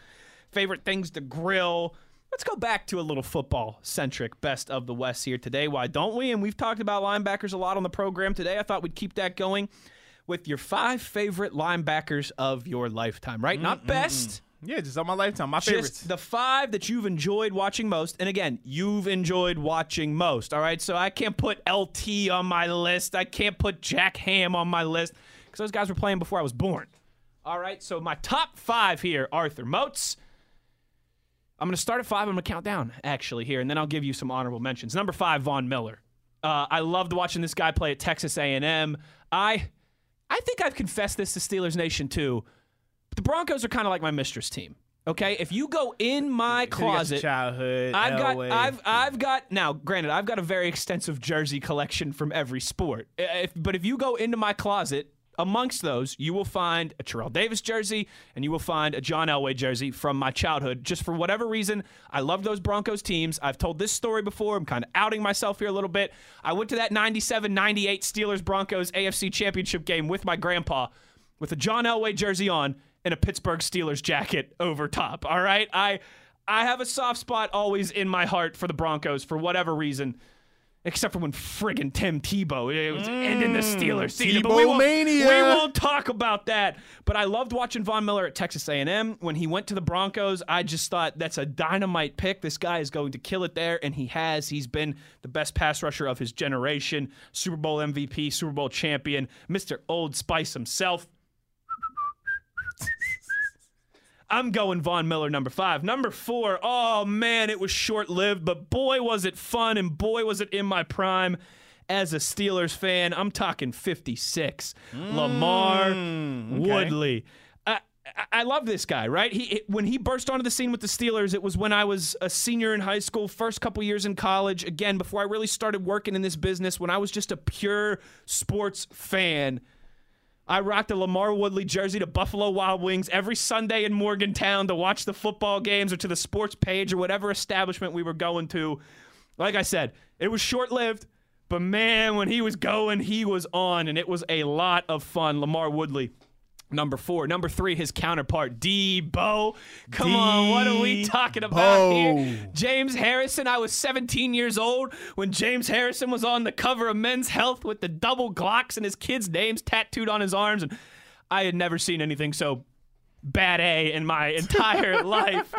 A: favorite things to grill. Let's go back to a little football centric best of the West here today. Why don't we? And we've talked about linebackers a lot on the program today. I thought we'd keep that going with your five favorite linebackers of your lifetime, right? Not best,
B: Yeah, just on my lifetime, my favorites.
A: just the five that you've enjoyed watching most. And again, you've enjoyed watching most. All right. So I can't put LT on my list. I can't put Jack Ham on my list because those guys were playing before I was born. All right. So my top five here Arthur Motes. I'm going to start at five. I'm going to count down, actually, here, and then I'll give you some honorable mentions. Number five, Von Miller. Uh, I loved watching this guy play at Texas A&M. I, I think I've confessed this to Steelers Nation too. But the Broncos are kind of like my mistress team. Okay, if you go in my closet,
B: childhood.
A: I've got,
B: Elway.
A: I've, I've got. Now, granted, I've got a very extensive jersey collection from every sport. If, but if you go into my closet, amongst those, you will find a Terrell Davis jersey and you will find a John Elway jersey from my childhood. Just for whatever reason, I love those Broncos teams. I've told this story before. I'm kind of outing myself here a little bit. I went to that 97 98 Steelers Broncos AFC Championship game with my grandpa with a John Elway jersey on and a Pittsburgh Steelers jacket over top. All right, I I have a soft spot always in my heart for the Broncos for whatever reason. Except for when friggin' Tim Tebow it was ending the Steelers season, but we won't, we
B: Tebow-mania.
A: won't talk about that. But I loved watching Von Miller at Texas A&M when he went to the Broncos. I just thought that's a dynamite pick. This guy is going to kill it there, and he has. He's been the best pass rusher of his generation, Super Bowl MVP, Super Bowl champion, Mister Old Spice himself. I'm going Von Miller number five. Number four, oh man, it was short lived, but boy was it fun and boy was it in my prime. As a Steelers fan, I'm talking 56. Lamar Woodley. I, I- I love this guy, right? He it- when he burst onto the scene with the Steelers, it was when I was a senior in high school, first couple years in college. Again, before I really started working in this business, when I was just a pure sports fan. I rocked a Lamar Woodley jersey to Buffalo Wild Wings every Sunday in Morgantown to watch the football games or to the sports page or whatever establishment we were going to. Like I said, it was short lived, but man, when he was going, he was on, and it was a lot of fun. Lamar Woodley. Number four. Number three, his counterpart, Debo. Come on, what are we talking about here? James Harrison. I was 17 years old when James Harrison was on the cover of Men's Health with the double Glocks and his kids' names tattooed on his arms. And I had never seen anything so bad A in my [LAUGHS] entire life.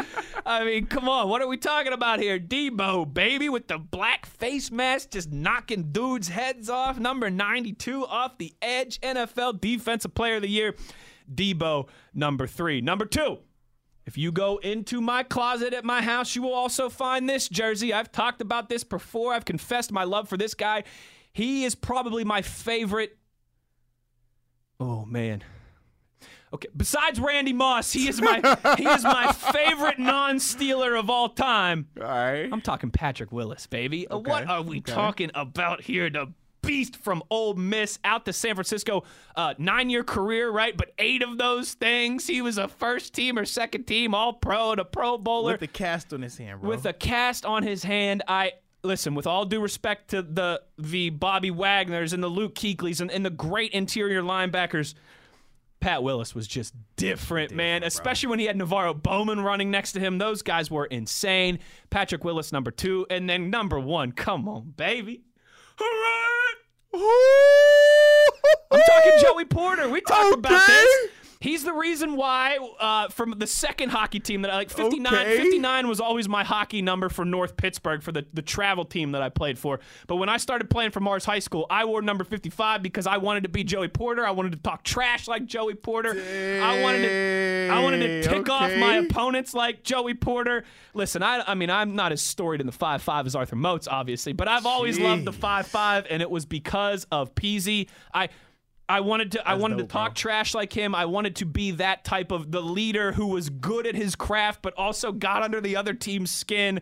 A: I mean, come on, what are we talking about here? Debo, baby, with the black face mask, just knocking dudes' heads off. Number 92 off the edge, NFL Defensive Player of the Year. Debo, number three. Number two. If you go into my closet at my house, you will also find this jersey. I've talked about this before. I've confessed my love for this guy. He is probably my favorite. Oh, man. Okay. Besides Randy Moss, he is my he is my favorite non-stealer of all time.
B: All right.
A: I'm talking Patrick Willis, baby. Uh, What are we talking about here? The beast from Ole Miss out to San Francisco, uh, nine-year career, right? But eight of those things, he was a first team or second team All Pro and a Pro Bowler
B: With the cast on his hand, bro.
A: with a cast on his hand. I listen with all due respect to the the Bobby Wagners and the Luke Keekleys and, and the great interior linebackers. Pat Willis was just different, man. Especially when he had Navarro Bowman running next to him. Those guys were insane. Patrick Willis, number two, and then number one. Come on, baby. Hooray! I'm talking Joey Porter. We talked about
B: Okay.
A: this. He's the reason why uh, from the second hockey team that I like 59
B: Okay.
A: 59 was always my hockey number for North Pittsburgh for the, the travel team that I played for. But when I started playing for Mars High School, I wore number 55 because I wanted to be Joey Porter. I wanted to talk trash like Joey Porter. I wanted to I wanted to tick off my
B: Okay.
A: opponents like Joey Porter. Listen, I, I mean, I'm not as storied in the 5 5 as Arthur Motes, obviously, but I've always loved the 5 5, and it was because of Peasy. I. I wanted to I wanted to talk trash like him. I wanted to be that type of the leader who was good at his craft but also got under the other team's skin.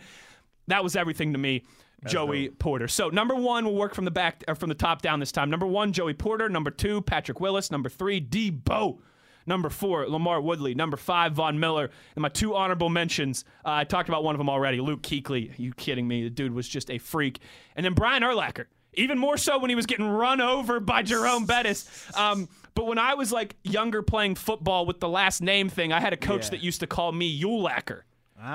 A: That was everything to me. Joey Porter. So number one will work from the back or from the top down this time. Number one, Joey Porter. Number two, Patrick Willis. Number three, Debo. Number four, Lamar Woodley. Number five, Von Miller. And my two honorable mentions, uh, I talked about one of them already. Luke Kuechly. you kidding me? The dude was just a freak. And then Brian Urlacher. Even more so when he was getting run over by Jerome Bettis. Um, but when I was like younger playing football with the last name thing, I had a coach that used to call me Yulacker.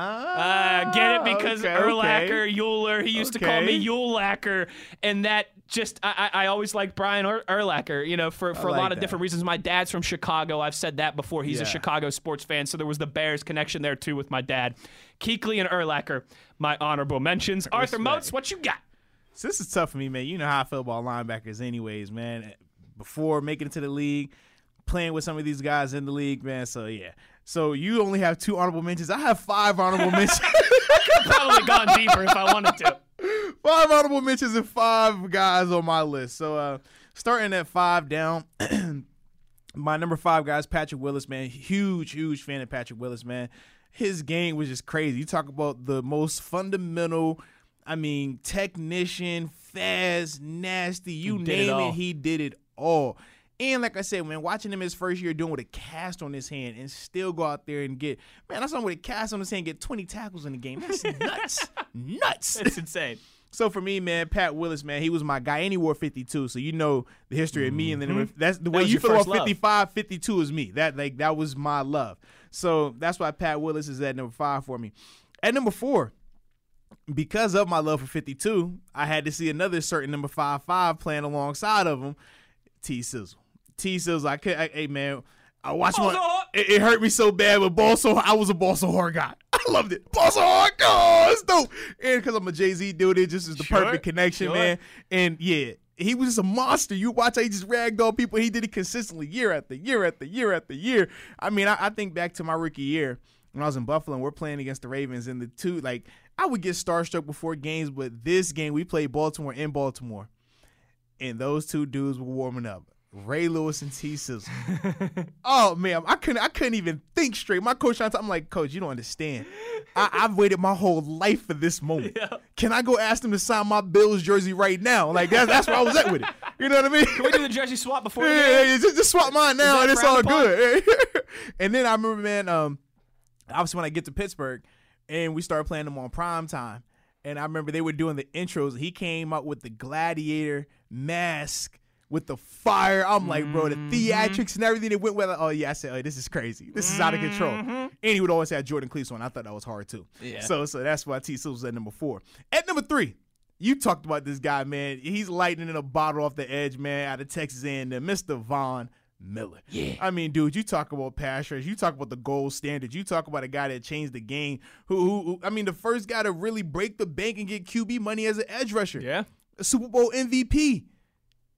A: Uh, get it because
B: Ah, okay,
A: Urlacher,
B: okay.
A: Euler. He used to call
B: Okay.
A: me Yulacker, and that just I, I I always liked Brian Ur- Urlacher. You know, for, for a
B: like
A: lot of
B: that.
A: different reasons. My dad's from Chicago. I've said that before. He's a
B: Yeah.
A: Chicago sports fan, so there was the Bears connection there too with my dad. Keekley and Urlacher, my honorable mentions. Arthur Motes, what you got?
B: So this is tough for me, man. You know how I feel about linebackers, anyways, man. Before making it to the league, playing with some of these guys in the league, man. So yeah. So you only have two honorable mentions. I have five
A: [LAUGHS]
B: honorable mentions.
A: Probably gone deeper if I wanted to.
B: five honorable mentions and five guys on my list. So uh starting at five down. [CLEARS THROAT] my number five guys, Patrick Willis, man. Huge, huge fan of Patrick Willis, man. His game was just crazy. You talk about the most fundamental, I mean, technician, fast, nasty, you
A: did it
B: name
A: all.
B: it, he did it all. And like I said, man, watching him his first year doing with a cast on his hand and still go out there and get,
A: [LAUGHS]
B: man, I saw him with a cast on his hand get 20 tackles in the game. That's nuts. nuts.
A: It's insane.
B: So for me, man, Pat Willis, man, he was my guy. And he wore 52, so you know the history of me. And then if- that's the way
H: Mm-hmm. was
B: you
H: your
B: feel about
H: first love.
B: 55, 52 is me. That like that was my love. So that's why Pat Willis is at number five for me. At number four, because of my love for 52, I had to see another certain number five five playing alongside of him, T Sizzle. T Sizzle, I could, I, hey man, I watched one. It, it hurt me so bad, but ball so I was a ball so hard guy. [LAUGHS] I loved it. Ball so hard, oh, it's dope. And because I'm a Jay Z dude, it just is the perfect connection, man. And yeah. He was just a monster. You watch how he just ragdoll people. He did it consistently year after year after year after year. I mean, I, I think back to my rookie year when I was in Buffalo and we're playing against the Ravens and the two like I would get starstruck before games, but this game we played Baltimore in Baltimore. And those two dudes were warming up. Ray Lewis and T Sizzle. oh man, I couldn't I couldn't even think straight. My coach tried to- I'm like, coach, you don't understand. I, I've waited my whole life for this moment. Can I go ask them to sign my Bills jersey right now? Like that's that's where I was at with it. You know what I mean?
H: Can we do the jersey swap before?
B: Yeah,
H: the
B: yeah,
H: game?
B: yeah, Just, just swap mine now, and it's all
H: frowned upon?
B: good. [LAUGHS] and then I remember, man. Um, obviously when I get to Pittsburgh, and we started playing them on prime time, and I remember they were doing the intros. He came up with the gladiator mask. With the fire, I'm like, bro, the theatrics and everything it went with. Oh yeah, I said, oh, this is crazy. This is out of control. And he would always have Jordan Cleese on. I thought that was hard too. Yeah. So, so that's why T. Sil was at number four. At number three, you talked about this guy, man. He's lightning in a bottle off the edge, man, out of Texas A&M, Mr. Von Miller. Yeah. I mean, dude, you talk about pass rush, you talk about the gold standard, you talk about a guy that changed the game. Who, who, who I mean, the first guy to really break the bank and get QB money as an edge rusher.
H: Yeah.
B: A Super Bowl MVP.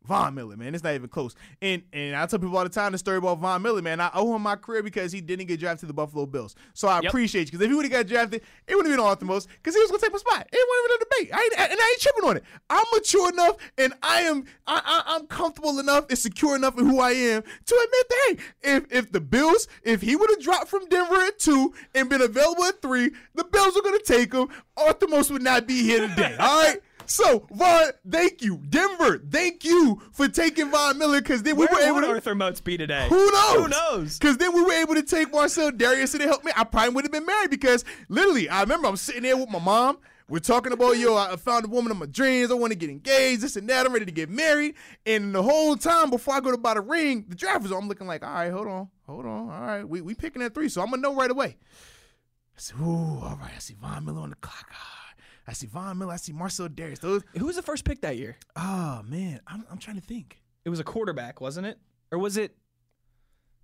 B: Von Miller, man, it's not even close. And and I tell people all the time the story about Von Miller, man. I owe him my career because he didn't get drafted to the Buffalo Bills. So I appreciate you because if he would have got drafted, it would have been Arthur Most because he was gonna take my spot. It wasn't even a debate. I ain't, and I ain't tripping on it. I'm mature enough and I am I, I I'm comfortable enough and secure enough in who I am to admit that hey, if if the Bills if he would have dropped from Denver at two and been available at three, the Bills were gonna take him. Arthur Most would not be here today. all right. So Von, thank you, Denver. Thank you for taking Von Miller because then we
H: Where
B: were
H: would
B: able to.
H: Arthur Motes be today?
B: [LAUGHS] Who knows?
H: Who knows?
B: Because then we were able to take Marcel Darius and help me. I probably would have been married because literally, I remember I'm sitting there with my mom. We're talking about yo, I found a woman of my dreams. I want to get engaged, this and that. I'm ready to get married. And the whole time before I go to buy the ring, the draft was on. I'm looking like, all right, hold on, hold on, all right, we we picking at three, so I'm gonna know right away. I said, ooh, all right, I see Von Miller on the clock. Ah, I see Von Miller. I see Marcel Darius. Those
H: Who was the first pick that year?
B: Oh man, I'm, I'm trying to think.
H: It was a quarterback, wasn't it? Or was it?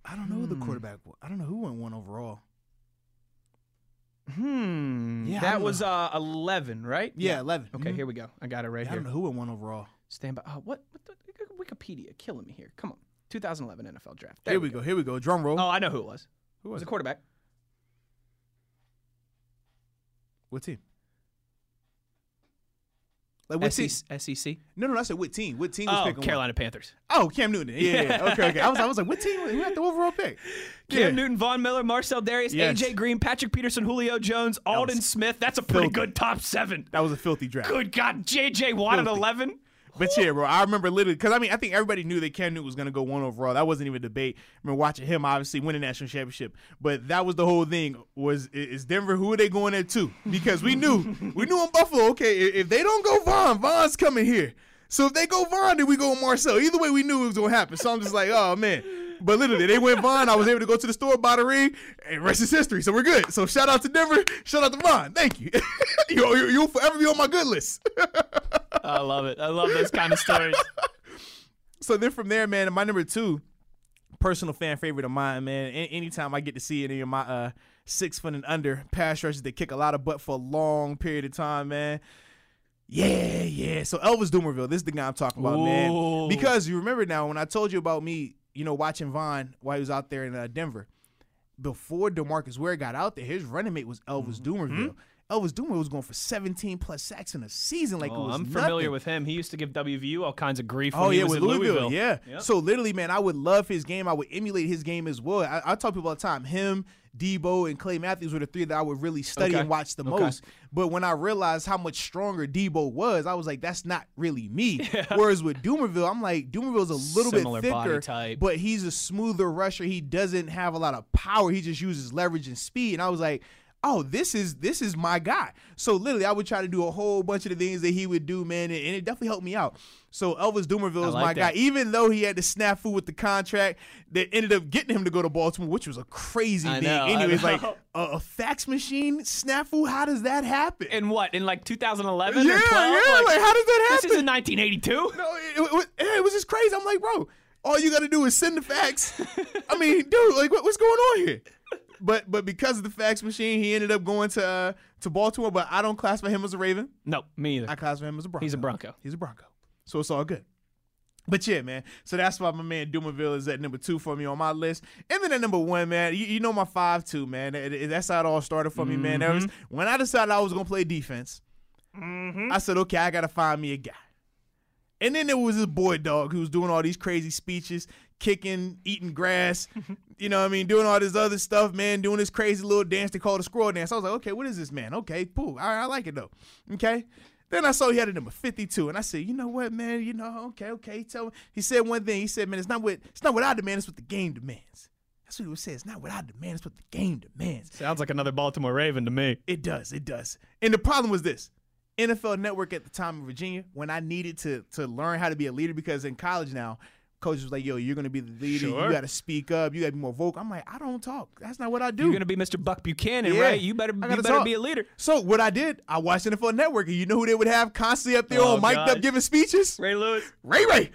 B: I don't know who the quarterback. wa- I don't know who went one overall.
H: Hmm.
B: Yeah, I
H: that
B: don't
H: was
B: know.
H: uh, eleven, right?
B: Yeah, eleven.
H: Okay,
B: Mhm.
H: here we go. I got it right
B: Yeah, I
H: here.
B: don't know who went one overall.
H: Stand by. Oh, what? what the, Wikipedia killing me here. Come on. 2011 NFL draft. There
B: Here we go. Here we go. Drum roll.
H: Oh, I know who it was.
B: who
H: It was
B: was
H: a
B: it?
H: quarterback.
B: What team? Like what team?
H: SEC. SEC.
B: No, no, no, I said what team? What team was
H: E Oh,
B: picking? one?
H: Carolina Panthers.
B: Oh, Cam Newton. Yeah,
H: [LAUGHS]
B: yeah. Okay, okay. I was, I was like, what team? Who had the overall pick?
H: Cam
B: Yeah.
H: Newton, Von Miller, Marcel Darius,
B: Yes.
H: AJ Green, Patrick Peterson, Julio Jones, Alden Smith. That's a pretty
B: filthy.
H: good top seven.
B: That was a filthy draft.
H: Good God, JJ Watt at
B: Filthy.
H: 11.
B: But yeah, bro, I remember literally because I mean I think everybody knew that Cam Newton was gonna go one overall. That wasn't even a debate. I mean, watching him obviously win a national championship, but that was the whole thing. Was i- is Denver? Who are they going at to? Because we knew [LAUGHS] we knew in Buffalo. Okay, i- if they don't go Vaughn, Vaughn's coming here. So if they go Vaughn, then we go Marcel. Either way, we knew it was gonna happen. So I'm just like, oh man. But literally, they went Vaughn. I was able to go to the store, buy the ring, and rest is history. So we're good. So shout out to Denver. Shout out to Vaughn. Thank you. [LAUGHS] you, you you'll forever be on my good list.
H: I love it. I love those kind of stories.
B: so then from there, man, my number two personal fan favorite of mine, man. A- anytime I get to see any of my uh six foot and under pass rushes that kick a lot of butt for a long period of time, man. Yeah, yeah. So Elvis Doomerville, this is the guy I'm talking about, man.
H: Ooh.
B: Because you remember now when I told you about me, you know, watching Vaughn while he was out there in uh, Denver. Before Demarcus Ware got out there, his running mate was Elvis
H: Mm-hmm.
B: Doomerville. Elvis Doomerville was going for 17 plus sacks in a season, like it
H: [LAUGHS] Oh,
B: was
H: I'm
B: nothing.
H: familiar with him. He used to give WVU all kinds of grief when
B: Oh
H: he
B: yeah,
H: was
B: with
H: in
B: Louisville. Yeah.
H: Yep.
B: So literally, man, I would love his game. I would emulate his game as well. I, I tell people all the time, him, Debo, and Clay Matthews were the three that I would really study
H: Okay.
B: and watch the most. But when I realized how much stronger Debo was, I was like, that's not really me. Whereas with Doomerville, I'm like, Doomerville's a little
H: Similar
B: bit
H: body
B: thicker,
H: type.
B: but he's a smoother rusher. He doesn't have a lot of power. He just uses leverage and speed. And I was like. oh, this is this is my guy. So literally, I would try to do a whole bunch of the things that he would do, man, and, and it definitely helped me out. So Elvis Dumervil is
A: like
B: my guy,
A: that.
B: even though he had the snafu with the contract that ended up getting him to go to Baltimore, which was a crazy
A: I
B: thing.
A: know, I
B: Anyways,
A: know.
B: like a, a fax machine snafu, how does that happen?
A: in what in like 2011
B: yeah,
A: or 12?
B: yeah, like, how does that happen?
A: this isn't 1982.
B: No, it, it, was- yeah, it was just crazy. I'm like, bro, all you got to do is send the fax. I
A: [LAUGHS]
B: mean, dude, like, what, what's going on here? But but because of the fax machine, he ended up going to uh, to Baltimore. But I don't classify him as a Raven.
A: No, me either.
B: I [LAUGHS] classify him as a Bronco.
A: He's a Bronco.
B: He's a Bronco. So it's all good. But yeah, man. So that's why my man Dumerville is at number two for me on my list. And then at number one, man, you, you know my five two, man. That- that- That's how it all started for me, man.
A: Mm-hmm.
B: That was- when I decided I was gonna play defense,
A: Mm-hmm.
B: I said, okay, I gotta find me a guy. And then there was this boy dog who was doing all these crazy speeches, kicking, eating grass, you know what I mean, doing all this other stuff, man, doing this crazy little dance they call the squirrel dance. I was like, okay, what is this man? Okay, cool. All right, I like it though. Okay. Then I saw he had a number 52, and I said, you know what, man, you know, okay, okay. He, told, he said one thing. He said, man, it's not what it's not what I demand, it's what the game demands. That's what he was saying. It's not what I demand, it's what the game demands.
A: Sounds like another Baltimore Raven to me.
B: It does. It does. And the problem was this. NFL Network at the time in Virginia, when I needed to to learn how to be a leader, because in college now, coach was like, "Yo, you're gonna be the leader.
A: Sure.
B: You got to speak up. You got to be more vocal." I'm like, "I don't talk. That's not what I do."
A: You're gonna be Mr. Buck Buchanan,
B: Yeah.
A: right? You better,
B: I
A: you
B: gotta
A: better
B: talk.
A: be a leader.
B: so what I did, I watched NFL Network, and you know who they would have constantly up there
A: Oh,
B: all mic'd up
A: God.
B: giving speeches?
A: Ray Lewis.
B: Ray Ray.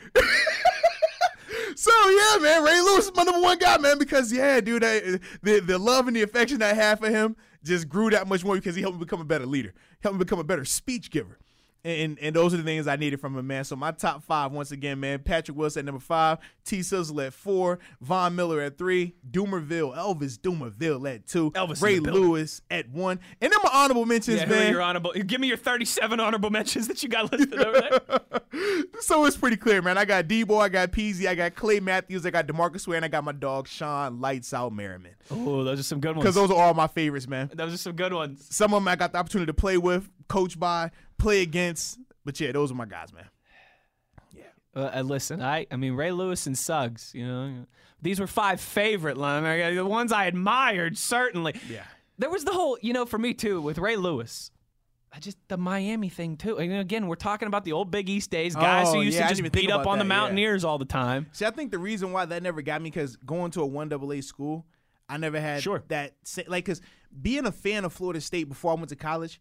B: [LAUGHS] so yeah, man, Ray Lewis is my number one guy, man, because yeah, dude, I, the the love and the affection I had for him just grew that much more because he helped me become a better leader, helped me become a better speech giver. And, and those are the things I needed from him, man. So my top five, once again, man, Patrick Wilson at number five, T Sizzle at four, Von Miller at three, Doomerville, Elvis Doomerville at two,
A: Elvis in
B: Ray
A: the building.
B: Lewis at one. And then my honorable mentions,
A: Yeah, who are
B: man.
A: your honorable? Give me your 37 honorable mentions that you got listed over there. [LAUGHS]
B: so it's pretty clear, man. I got D Boy, I got Peasy, I got Clay Matthews, I got Demarcus Ware, and I got my dog Sean Lights Out Merriman.
A: Oh, those are some good
B: Because
A: ones.
B: those are all my favorites, man.
A: Those are some good ones.
B: Some of them I got the opportunity to play with, coach by, play against. But yeah, those are my guys, man.
A: Uh, uh, listen, I, I mean Ray Lewis and Suggs. You know, these were five favorite linemen, the ones I admired certainly.
B: Yeah.
A: There was the whole, you know, for me too with Ray Lewis. I just the Miami thing too. And again, we're talking about the old Big East days, guys
B: Oh,
A: who used
B: yeah, I
A: to
B: didn't even
A: just
B: think
A: beat up
B: about
A: on the
B: that, yeah.
A: Mountaineers all the time.
B: See, I think the reason why that never got me because going to a one AA school, I never had
A: Sure.
B: that sa- like because being a fan of Florida State before I went to college,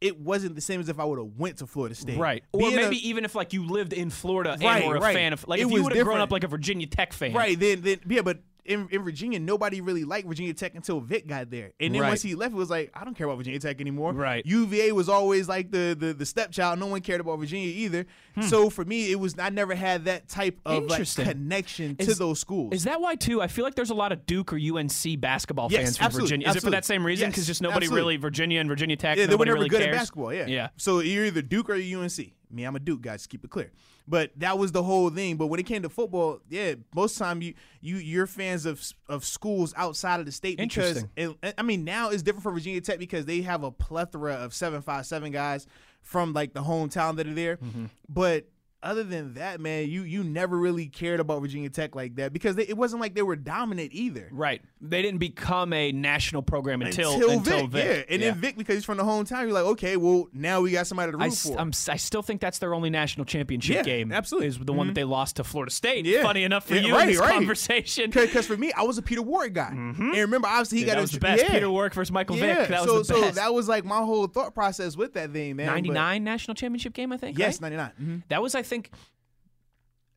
B: it wasn't the same as if I would have went to Florida State.
A: Right. Or
B: Being a-
A: maybe even if like you lived in Florida
B: Right,
A: and were a
B: right.
A: fan of like
B: It
A: if
B: was
A: you would have grown
B: different.
A: up like a Virginia Tech fan.
B: Right. Then, then, yeah. But in, in Virginia, nobody really liked Virginia Tech until Vic got there, and then
A: Right.
B: once he left, it was like I don't care about Virginia Tech anymore.
A: Right.
B: UVA was always like the the, the stepchild. No one cared about Virginia either. So for me, it was I never had that type of like
A: Hmm. Interesting.
B: connection to
A: Is-
B: those schools.
A: Is that why too? I feel like there's a lot of Duke or UNC basketball
B: Yes,
A: fans from
B: absolutely,
A: Virginia. Is it
B: absolutely.
A: for that same reason?
B: Yes,
A: Because just nobody
B: absolutely.
A: really Virginia and Virginia Tech.
B: yeah, they were
A: nobody
B: never
A: really
B: good
A: cares.
B: at basketball. Yeah.
A: Yeah.
B: So you're either Duke or UNC. Me, I'm a Duke guy. Just keep it clear. But that was the whole thing. But when it came to football, yeah, most time you you you're fans of of schools outside of the state because
A: Interesting.
B: it, I mean now it's different for Virginia Tech because they have a plethora of seven five seven guys from like the hometown that are there.
A: Mm-hmm.
B: But other than that, man, you you never really cared about Virginia Tech like that because they, it wasn't like they were dominant either.
A: Right. They didn't become a national program until
B: Till
A: until
B: Vic, yeah, and then Vic because he's from the hometown. You're like, okay, well now we got somebody to root
A: I,
B: for.
A: s- I'm s- I still think that's their only national championship
B: Yeah,
A: game.
B: absolutely. Mm-hmm.
A: Is the one that they lost to Florida State.
B: Yeah.
A: Funny enough for
B: Yeah,
A: you
B: right,
A: in this
B: right.
A: conversation.
B: Because for me, I was a Peter Ward guy, and remember, obviously he
A: Dude,
B: got
A: Mm-hmm.
B: his
A: that was the best.
B: Yeah.
A: Peter Work versus Michael
B: yeah.
A: Vick. That
B: so,
A: was the
B: so
A: best.
B: that was like my whole thought process with that thing, man. but-
A: 99 national championship game, I think.
B: yes, Mm-hmm.
A: right?
B: ninety
A: That was, I think,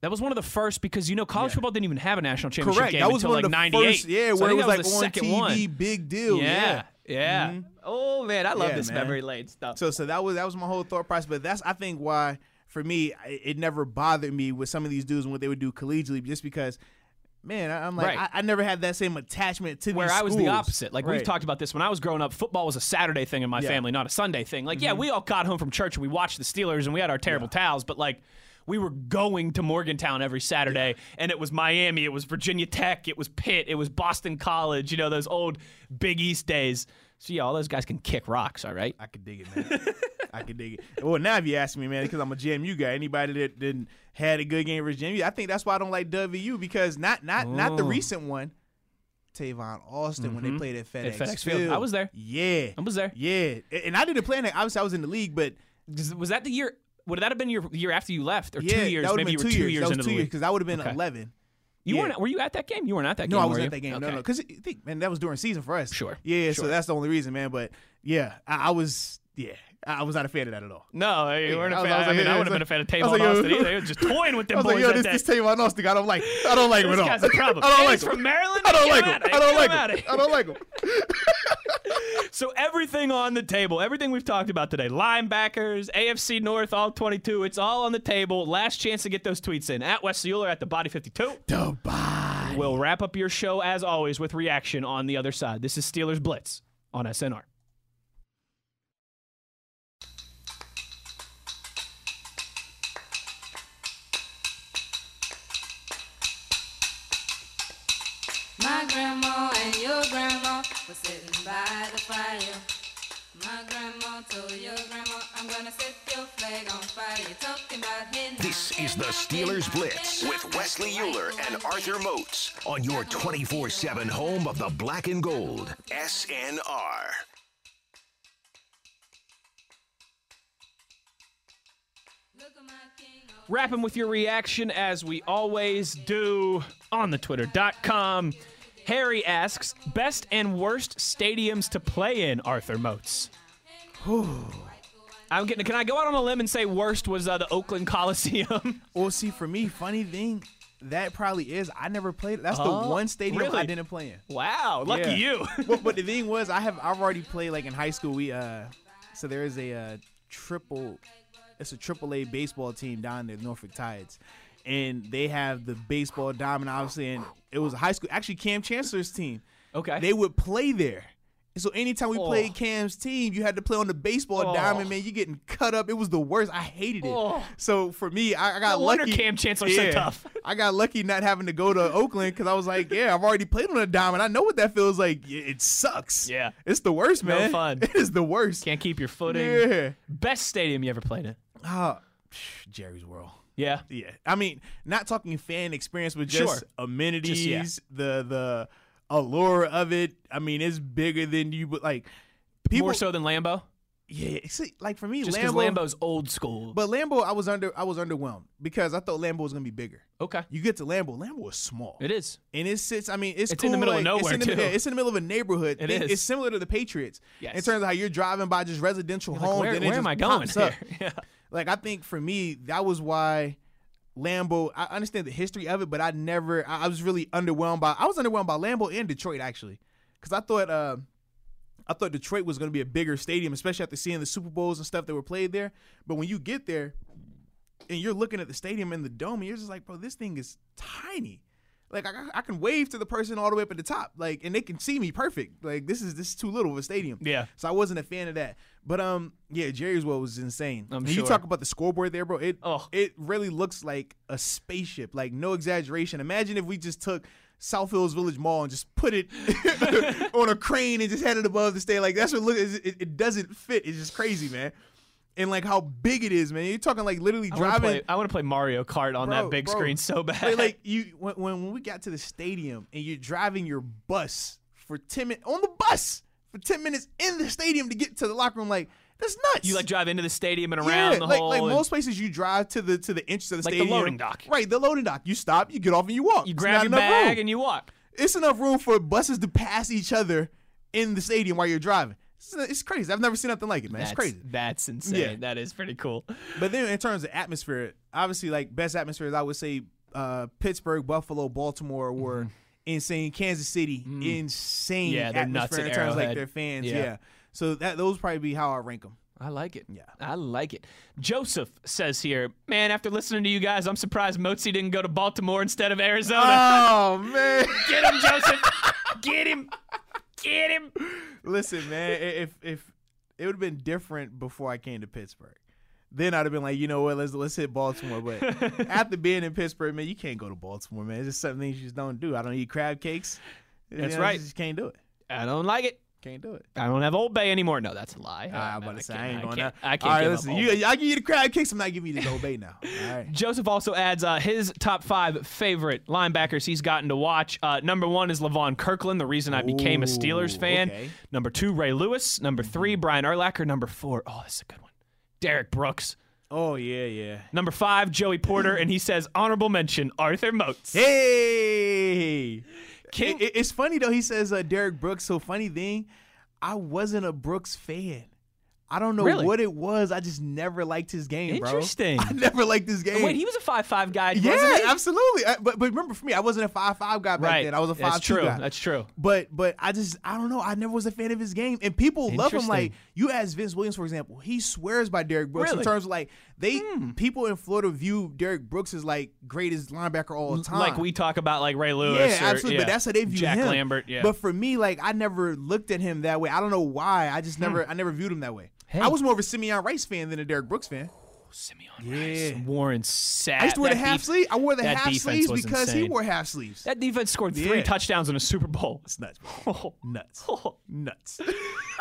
A: that was one of the first because you know college football didn't even have a national championship
B: Correct.
A: game
B: That was
A: until
B: one
A: like
B: of the
A: 98.
B: first. Yeah,
A: So I
B: where it
A: think
B: was,
A: that
B: like
A: the
B: on
A: second
B: TV,
A: one.
B: big deal.
A: yeah, yeah. Oh man, I love
B: Mm-hmm. Yeah,
A: this
B: man.
A: memory lane stuff.
B: So so that was that was my whole thought process. But that's I think why for me I- it never bothered me with some of these dudes and what they would do collegially, just because. Man, I- I'm like
A: Right.
B: I, I never had that same attachment to
A: where
B: these
A: I was the
B: schools.
A: opposite. Like we've
B: Right.
A: talked about this when I was growing up, football was a Saturday thing in my
B: Yeah. Mm-hmm.
A: family, not a Sunday thing. Like yeah, we all got home from church and we watched the Steelers and we had our terrible towels, but like we were going to Morgantown every Saturday and it was Miami, it was Virginia Tech, it was Pitt, it was Boston College, you know, those old Big East days. So yeah, all those guys can kick rocks, all right?
B: [LAUGHS] I could dig it, man. I could dig it. Well, now if you ask me, man, because I'm a JMU guy. Anybody that didn't
A: Oh.
B: had a good game versus JMU, I think that's why I don't like WU because not not not the recent one. Tavon Austin when they played at FedEx,
A: Mm-hmm. FedEx Field. I was there.
B: Yeah,
A: I was there.
B: Yeah, A- and I didn't play. In that. Obviously, I was in the league, but
A: 'Cause Was that the year? Would that have been your year after you left, or
B: yeah,
A: two years?
B: that would have
A: Maybe
B: been
A: you were
B: two years. That
A: into
B: was two
A: the
B: years
A: league.
B: because I would have been
A: Okay.
B: eleven.
A: You
B: yeah.
A: weren't. Were you at that game? You weren't at that game.
B: No, I
A: were
B: was
A: you?
B: at that game. No,
A: Okay.
B: no, because think man, that was during season for us.
A: Sure,
B: Yeah, so
A: sure.
B: that's the only reason, man. But yeah, I, I was yeah, I I was not a fan of that at all.
A: No, you weren't
B: I
A: a
B: was-
A: fan.
B: I
A: I,
B: was like,
A: mean,
B: yeah,
A: I wouldn't
B: it's
A: have been a fan
B: like- I was
A: of Tavon
B: like, yo.
A: Austin either. They were just toying
B: [LAUGHS]
A: with
B: I
A: them
B: was
A: boys
B: like, yo,
A: at
B: this,
A: that.
B: this Tavon Austin, I don't like. I don't like him at all. [LAUGHS]
A: guy's a problem.
B: I don't
A: And
B: like
A: he's
B: him.
A: from Maryland.
B: [LAUGHS] I don't
A: Get
B: like
A: him
B: him.
A: outta
B: I
A: here.
B: don't like
A: Get him
B: him. I don't
A: [LAUGHS]
B: like him.
A: So everything on the table, everything we've talked about today, linebackers, AFC North, all 22, it's all on the table. Last chance to get those tweets in at Wes Euler at the Body 52.
B: Dubai.
A: We'll wrap up your show as always with reaction on the other side. This is Steelers Blitz on SNR.
I: My grandma and your grandma were sitting by the fire. My grandma told your grandma, I'm gonna set your flag on fire. You're talking about hitting.
D: This is the Steelers Blitz with Wesley Euler and Arthur Moats on your 24 7 home of the black and gold, SNR.
A: Wrap him with your reaction as we always do on the twitter.com. Harry asks, best and worst stadiums to play in, Arthur Moats. I'm getting. Can I go out on a limb and say worst was uh, the Oakland Coliseum? [LAUGHS]
B: Well, see, for me, funny thing, that probably is. I never played. That's
A: Oh,
B: the one stadium I
A: really?
B: didn't play in.
A: wow, lucky
B: Yeah.
A: you.
B: but, but the thing was, I have I've already played like in high school. We uh, so there is a uh, triple, it's a triple A baseball team down there, Norfolk Tides, and they have the baseball diamond obviously, and it was a high school actually Cam Chancellor's team.
A: Okay.
B: They would play there. And So anytime we
A: Oh.
B: played Cam's team, you had to play on the baseball
A: Oh.
B: diamond, man. You getting cut up. It was the worst. I hated it.
A: Oh.
B: So for me, I, I got
A: No
B: lucky.
A: wonder Cam Chancellor's so tough.
B: I got lucky not having to go to Oakland because I was like, yeah, I've already played on a diamond. I know what that feels like. Y- It sucks.
A: Yeah.
B: It's the worst,
A: No
B: man.
A: fun.
B: [LAUGHS] It is the worst.
A: Can't keep your footing.
B: yeah.
A: Best stadium you ever played in?
B: Ah, psh, Jerry's World.
A: Yeah.
B: Yeah. I mean, not talking fan experience, but just
A: Sure.
B: amenities,
A: Just, yeah.
B: the the allure of it. I mean, it's bigger than you, but like people.
A: More so than Lambo,
B: yeah. See, like for me,
A: just because
B: Lambo.
A: Lambo's old school.
B: But Lambo, I was under, I was underwhelmed because I thought Lambo was gonna be bigger.
A: okay,
B: You get to Lambo, Lambo is small.
A: it is.
B: and it sits. I mean, it's
A: It's in the
B: cool,
A: middle of
B: like,
A: nowhere,
B: It's in the,
A: too.
B: yeah, it's in the middle of a neighborhood.
A: It
B: Think-
A: is.
B: It's similar to the Patriots in
A: Yes.
B: terms of how you're driving by just residential
A: Like,
B: homes.
A: where
B: and Oh, it
A: where
B: just
A: am I going?
B: pops up.
A: here? [LAUGHS] Yeah.
B: Like I think for me, that was why Lambo. I understand the history of it, but I never. I, I was really underwhelmed by. I was underwhelmed by Lambo and Detroit actually, because I thought. Uh, I thought Detroit was going to be a bigger stadium, especially after seeing the Super Bowls and stuff that were played there. But when you get there, and you're looking at the stadium and the dome, and you're just like, bro, this thing is tiny. Like I, I can wave to the person all the way up at the top, like, and they can see me perfect. Like this is this is too little of a stadium.
A: Yeah.
B: So I wasn't a fan of that. But um, yeah, Jerry's World was insane.
A: I'm
B: When You
A: sure.
B: talk about the scoreboard there, bro. It
A: Oh.
B: it really looks like a spaceship. Like no exaggeration. Imagine if we just took South Hills Village Mall and just put it [LAUGHS] on a crane and just had it above the stage. Like that's what look. It, it, it doesn't fit. It's just crazy, man. And like how big it is, man. You're talking like literally
A: I want to
B: driving.
A: play, I wanna play Mario Kart on
B: Bro,
A: that big
B: bro.
A: screen so bad.
B: Like, like, you when, when when we got to the stadium and you're driving your bus for ten minutes on the bus for ten minutes in the stadium to get to the locker room, like that's nuts.
A: [LAUGHS] you like drive into the stadium and
B: yeah,
A: around the
B: like,
A: whole.
B: like
A: and
B: most places you drive to the to the entrance of the
A: Like the
B: stadium,
A: loading dock.
B: right? The loading dock. You stop, you get off, and you walk.
A: you
B: It's
A: grab
B: not
A: your
B: enough
A: bag
B: room.
A: and you walk.
B: it's enough room for buses to pass each other in the stadium while you're driving. It's, it's crazy. I've never seen nothing like it, man.
A: That's
B: it's crazy.
A: That's insane.
B: Yeah.
A: That is pretty cool.
B: But then in terms of atmosphere, obviously like best atmospheres, I would say uh, Pittsburgh, Buffalo, Baltimore were insane. Kansas City, insane.
A: Mm-hmm. Mm. Yeah, they're
B: atmosphere
A: nuts at
B: in terms of like
A: Arrowhead.
B: their fans. Yeah.
A: Yeah.
B: So that those probably be how I rank
A: [LAUGHS]
B: them.
A: I like it.
B: Yeah.
A: I like it. Joseph says here, man, after listening to you guys, I'm surprised Mozi didn't go to Baltimore instead of
B: [LAUGHS]
A: Arizona.
B: Oh man!
A: Get him, Joseph. Get him. Get him.
B: Listen, man, i- if if it would have been different before I came to Pittsburgh. Then I'd have been like, you know what, let's let's hit Baltimore.
A: [LAUGHS]
B: But after being in Pittsburgh, man, you can't go to Baltimore, man. It's just something you just don't do. I don't eat crab cakes. You
A: That's
B: know,
A: right.
B: You just can't do it.
A: I don't like it.
B: Can't do it.
A: I don't have Old Bay anymore. No, that's a lie.
B: All right,
A: Uh,
B: Ah, I'm about
A: man,
B: to say
A: can't-
B: I ain't going out.
A: can't- I can't.
B: All right,
A: give up
B: listen.
A: Old
B: You,
A: Bay.
B: I give you the crab kicks. I'm not giving you the obey now. All
A: [LAUGHS]
B: right.
A: Joseph also adds uh, his top five favorite linebackers he's gotten to watch. Uh, number one is Levon Kirkland, the reason I became a Steelers
B: Ooh,
A: fan.
B: okay. Mm-hmm.
A: Number two, Ray Lewis. Number three, Brian Erlacher. Number four, oh, that's a good one, Derek Brooks.
B: Oh yeah, yeah.
A: Number five, Joey Porter, and he says honorable mention Arthur Motes.
B: Hey,
A: King-
B: It- it- it's funny though. He says uh, Derek Brooks. So funny thing, I wasn't a Brooks fan. I don't know
A: Really?
B: what it was. I just never liked his game, bro.
A: Interesting.
B: [LAUGHS] I never liked his game.
A: Wait, he was a five-five guy.
B: yeah,
A: wasn't he?
B: absolutely. I- but but remember, for me, I wasn't a five five guy back
A: right.
B: then. I was a five
A: That's
B: two
A: true.
B: guy.
A: That's true.
B: But but I just I don't know. I never was a fan of his game, and people love him. Like
A: Interesting.
B: you ask Vince Williams, for example, he swears by Derek Brooks
A: Really? Hmm.
B: in terms of like they people in Florida view Derek Brooks as like greatest linebacker all time.
A: Like we talk about like Ray Lewis.
B: Yeah,
A: or-
B: absolutely. But
A: yeah.
B: that's how they view
A: Jack
B: him.
A: Lambert. Yeah.
B: But for me, like I never looked at him that way. I don't know why. I just never I never viewed him that way.
A: Hmm. Hey. Oh,
B: I was more of a Simeon Rice fan than a Derek Brooks fan.
A: Simeon Rice, Warren Sapp.
B: I used to wear the half sleeve. I wore the
A: that
B: half
A: defense
B: sleeves
A: was
B: because he
A: insane.
B: wore half sleeves.
A: That defense scored three
B: Yeah.
A: touchdowns in a Super Bowl.
B: That's nuts. bro.
A: [LAUGHS] Nuts.
B: Nuts.
A: [LAUGHS]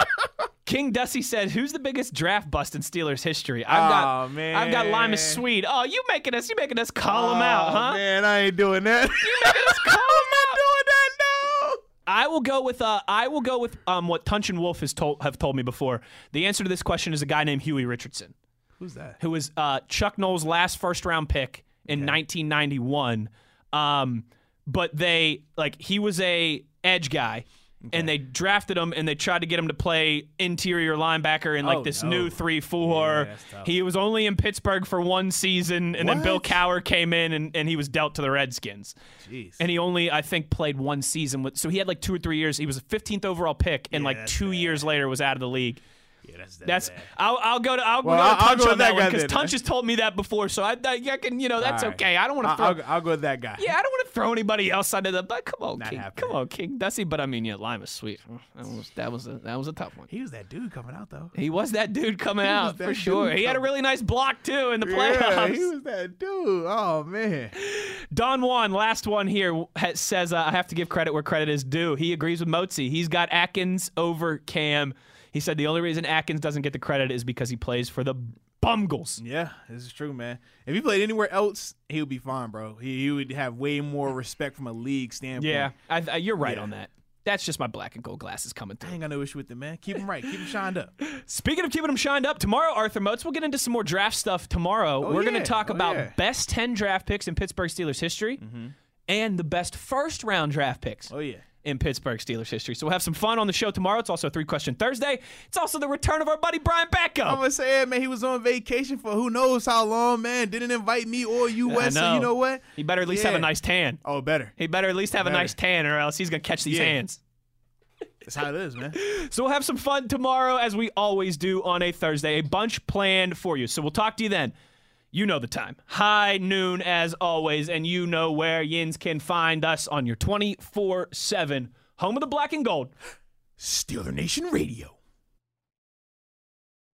A: King Dusty said, "Who's the biggest draft bust in Steelers history?" I've got,
B: Aw, man.
A: I've got Lima Swede. Oh, you making us, you making us call him out,
B: Oh,
A: huh?
B: Man, I ain't doing that.
A: [LAUGHS] You making us call him out.
B: doing that now.
A: I will go with uh, I will go with um, what Tunch and Wolf has told have told me before. The answer to this question is a guy named Huey Richardson.
B: Who's that?
A: who was uh, Chuck Knoll's last first round pick in 1991. Um, but they like he was a edge guy, and they drafted him and they tried to get him to play interior linebacker in like
B: Oh,
A: this
B: no.
A: new three four.
B: that's tough.
A: he was only in Pittsburgh for one season, and then Bill
B: What?
A: Cower came in and, and he was dealt to the Redskins.
B: Jeez.
A: And he only, I think, played one season. With, so he had like two or three years. He was a 15th overall pick, and like
B: that's
A: two years later was out of the league.
B: yeah, that's
A: That's I'll, I'll go to I'll
B: Well,
A: go to
B: I'll- I'll
A: Tunch
B: go
A: on
B: with
A: that,
B: that
A: one
B: guy
A: because
B: then.
A: Tunch has told me that before, so I, I, I can you know that's
B: All right.
A: okay. I don't want to
B: I'll,
A: throw
B: I'll, I'll go with that guy.
A: yeah I don't want to throw anybody else under the but come on King
B: happening.
A: come on King Dusty but I mean yeah Lime is sweet that was that was a, that was a tough one.
B: He was that dude coming out though.
A: He was that
B: [LAUGHS]
A: dude coming
B: was
A: out
B: that
A: for sure.
B: dude
A: He had a
B: coming-
A: really nice block too in the playoffs.
B: Yeah, he was that dude. Oh man.
A: Don Juan, last one here, ha- says, uh, I have to give credit where credit is due. He agrees with Motzi. He's got Atkins over Cam. He said the only reason Atkins doesn't get the credit is because he plays for the Bungles.
B: Yeah, this is true, man. If he played anywhere else, he would be fine, bro. He, he would have way more respect from a league standpoint.
A: Yeah, I, I, you're right
B: Yeah.
A: on that. That's just my black and gold glasses coming
B: I
A: through.
B: ain't got no issue with it, man. Keep him right. Keep him shined up.
A: Speaking of keeping them shined up, tomorrow, Arthur Motes, we'll get into some more draft stuff tomorrow.
B: Oh,
A: We're going
B: yeah.
A: to talk
B: Oh,
A: about
B: yeah. Mm-hmm.
A: best 10 draft picks in Pittsburgh Steelers history and the best first round draft picks.
B: Oh [LAUGHS] yeah.
A: in Pittsburgh Steelers history. So we'll have some fun on the show tomorrow. It's also Three Question Thursday. It's also the return of our buddy Brian
B: I'm
A: Backo.
B: gonna say it, man. He was on vacation for who knows how long, man. Didn't invite me or you,
A: I
B: Wes. So you know what?
A: He better at least have
B: Yeah.
A: a nice tan.
B: Oh, better.
A: He better at least have a
B: Better.
A: nice tan, or else he's gonna catch these
B: Yeah.
A: hands.
B: [LAUGHS] That's how it is, man.
A: So we'll have some fun tomorrow, as we always do on a Thursday. A bunch planned for you. So we'll talk to you then. You know the time. High noon, as always, and you know where Yins can find us on your 24 7 home of the black and gold.
B: Steeler Nation Radio.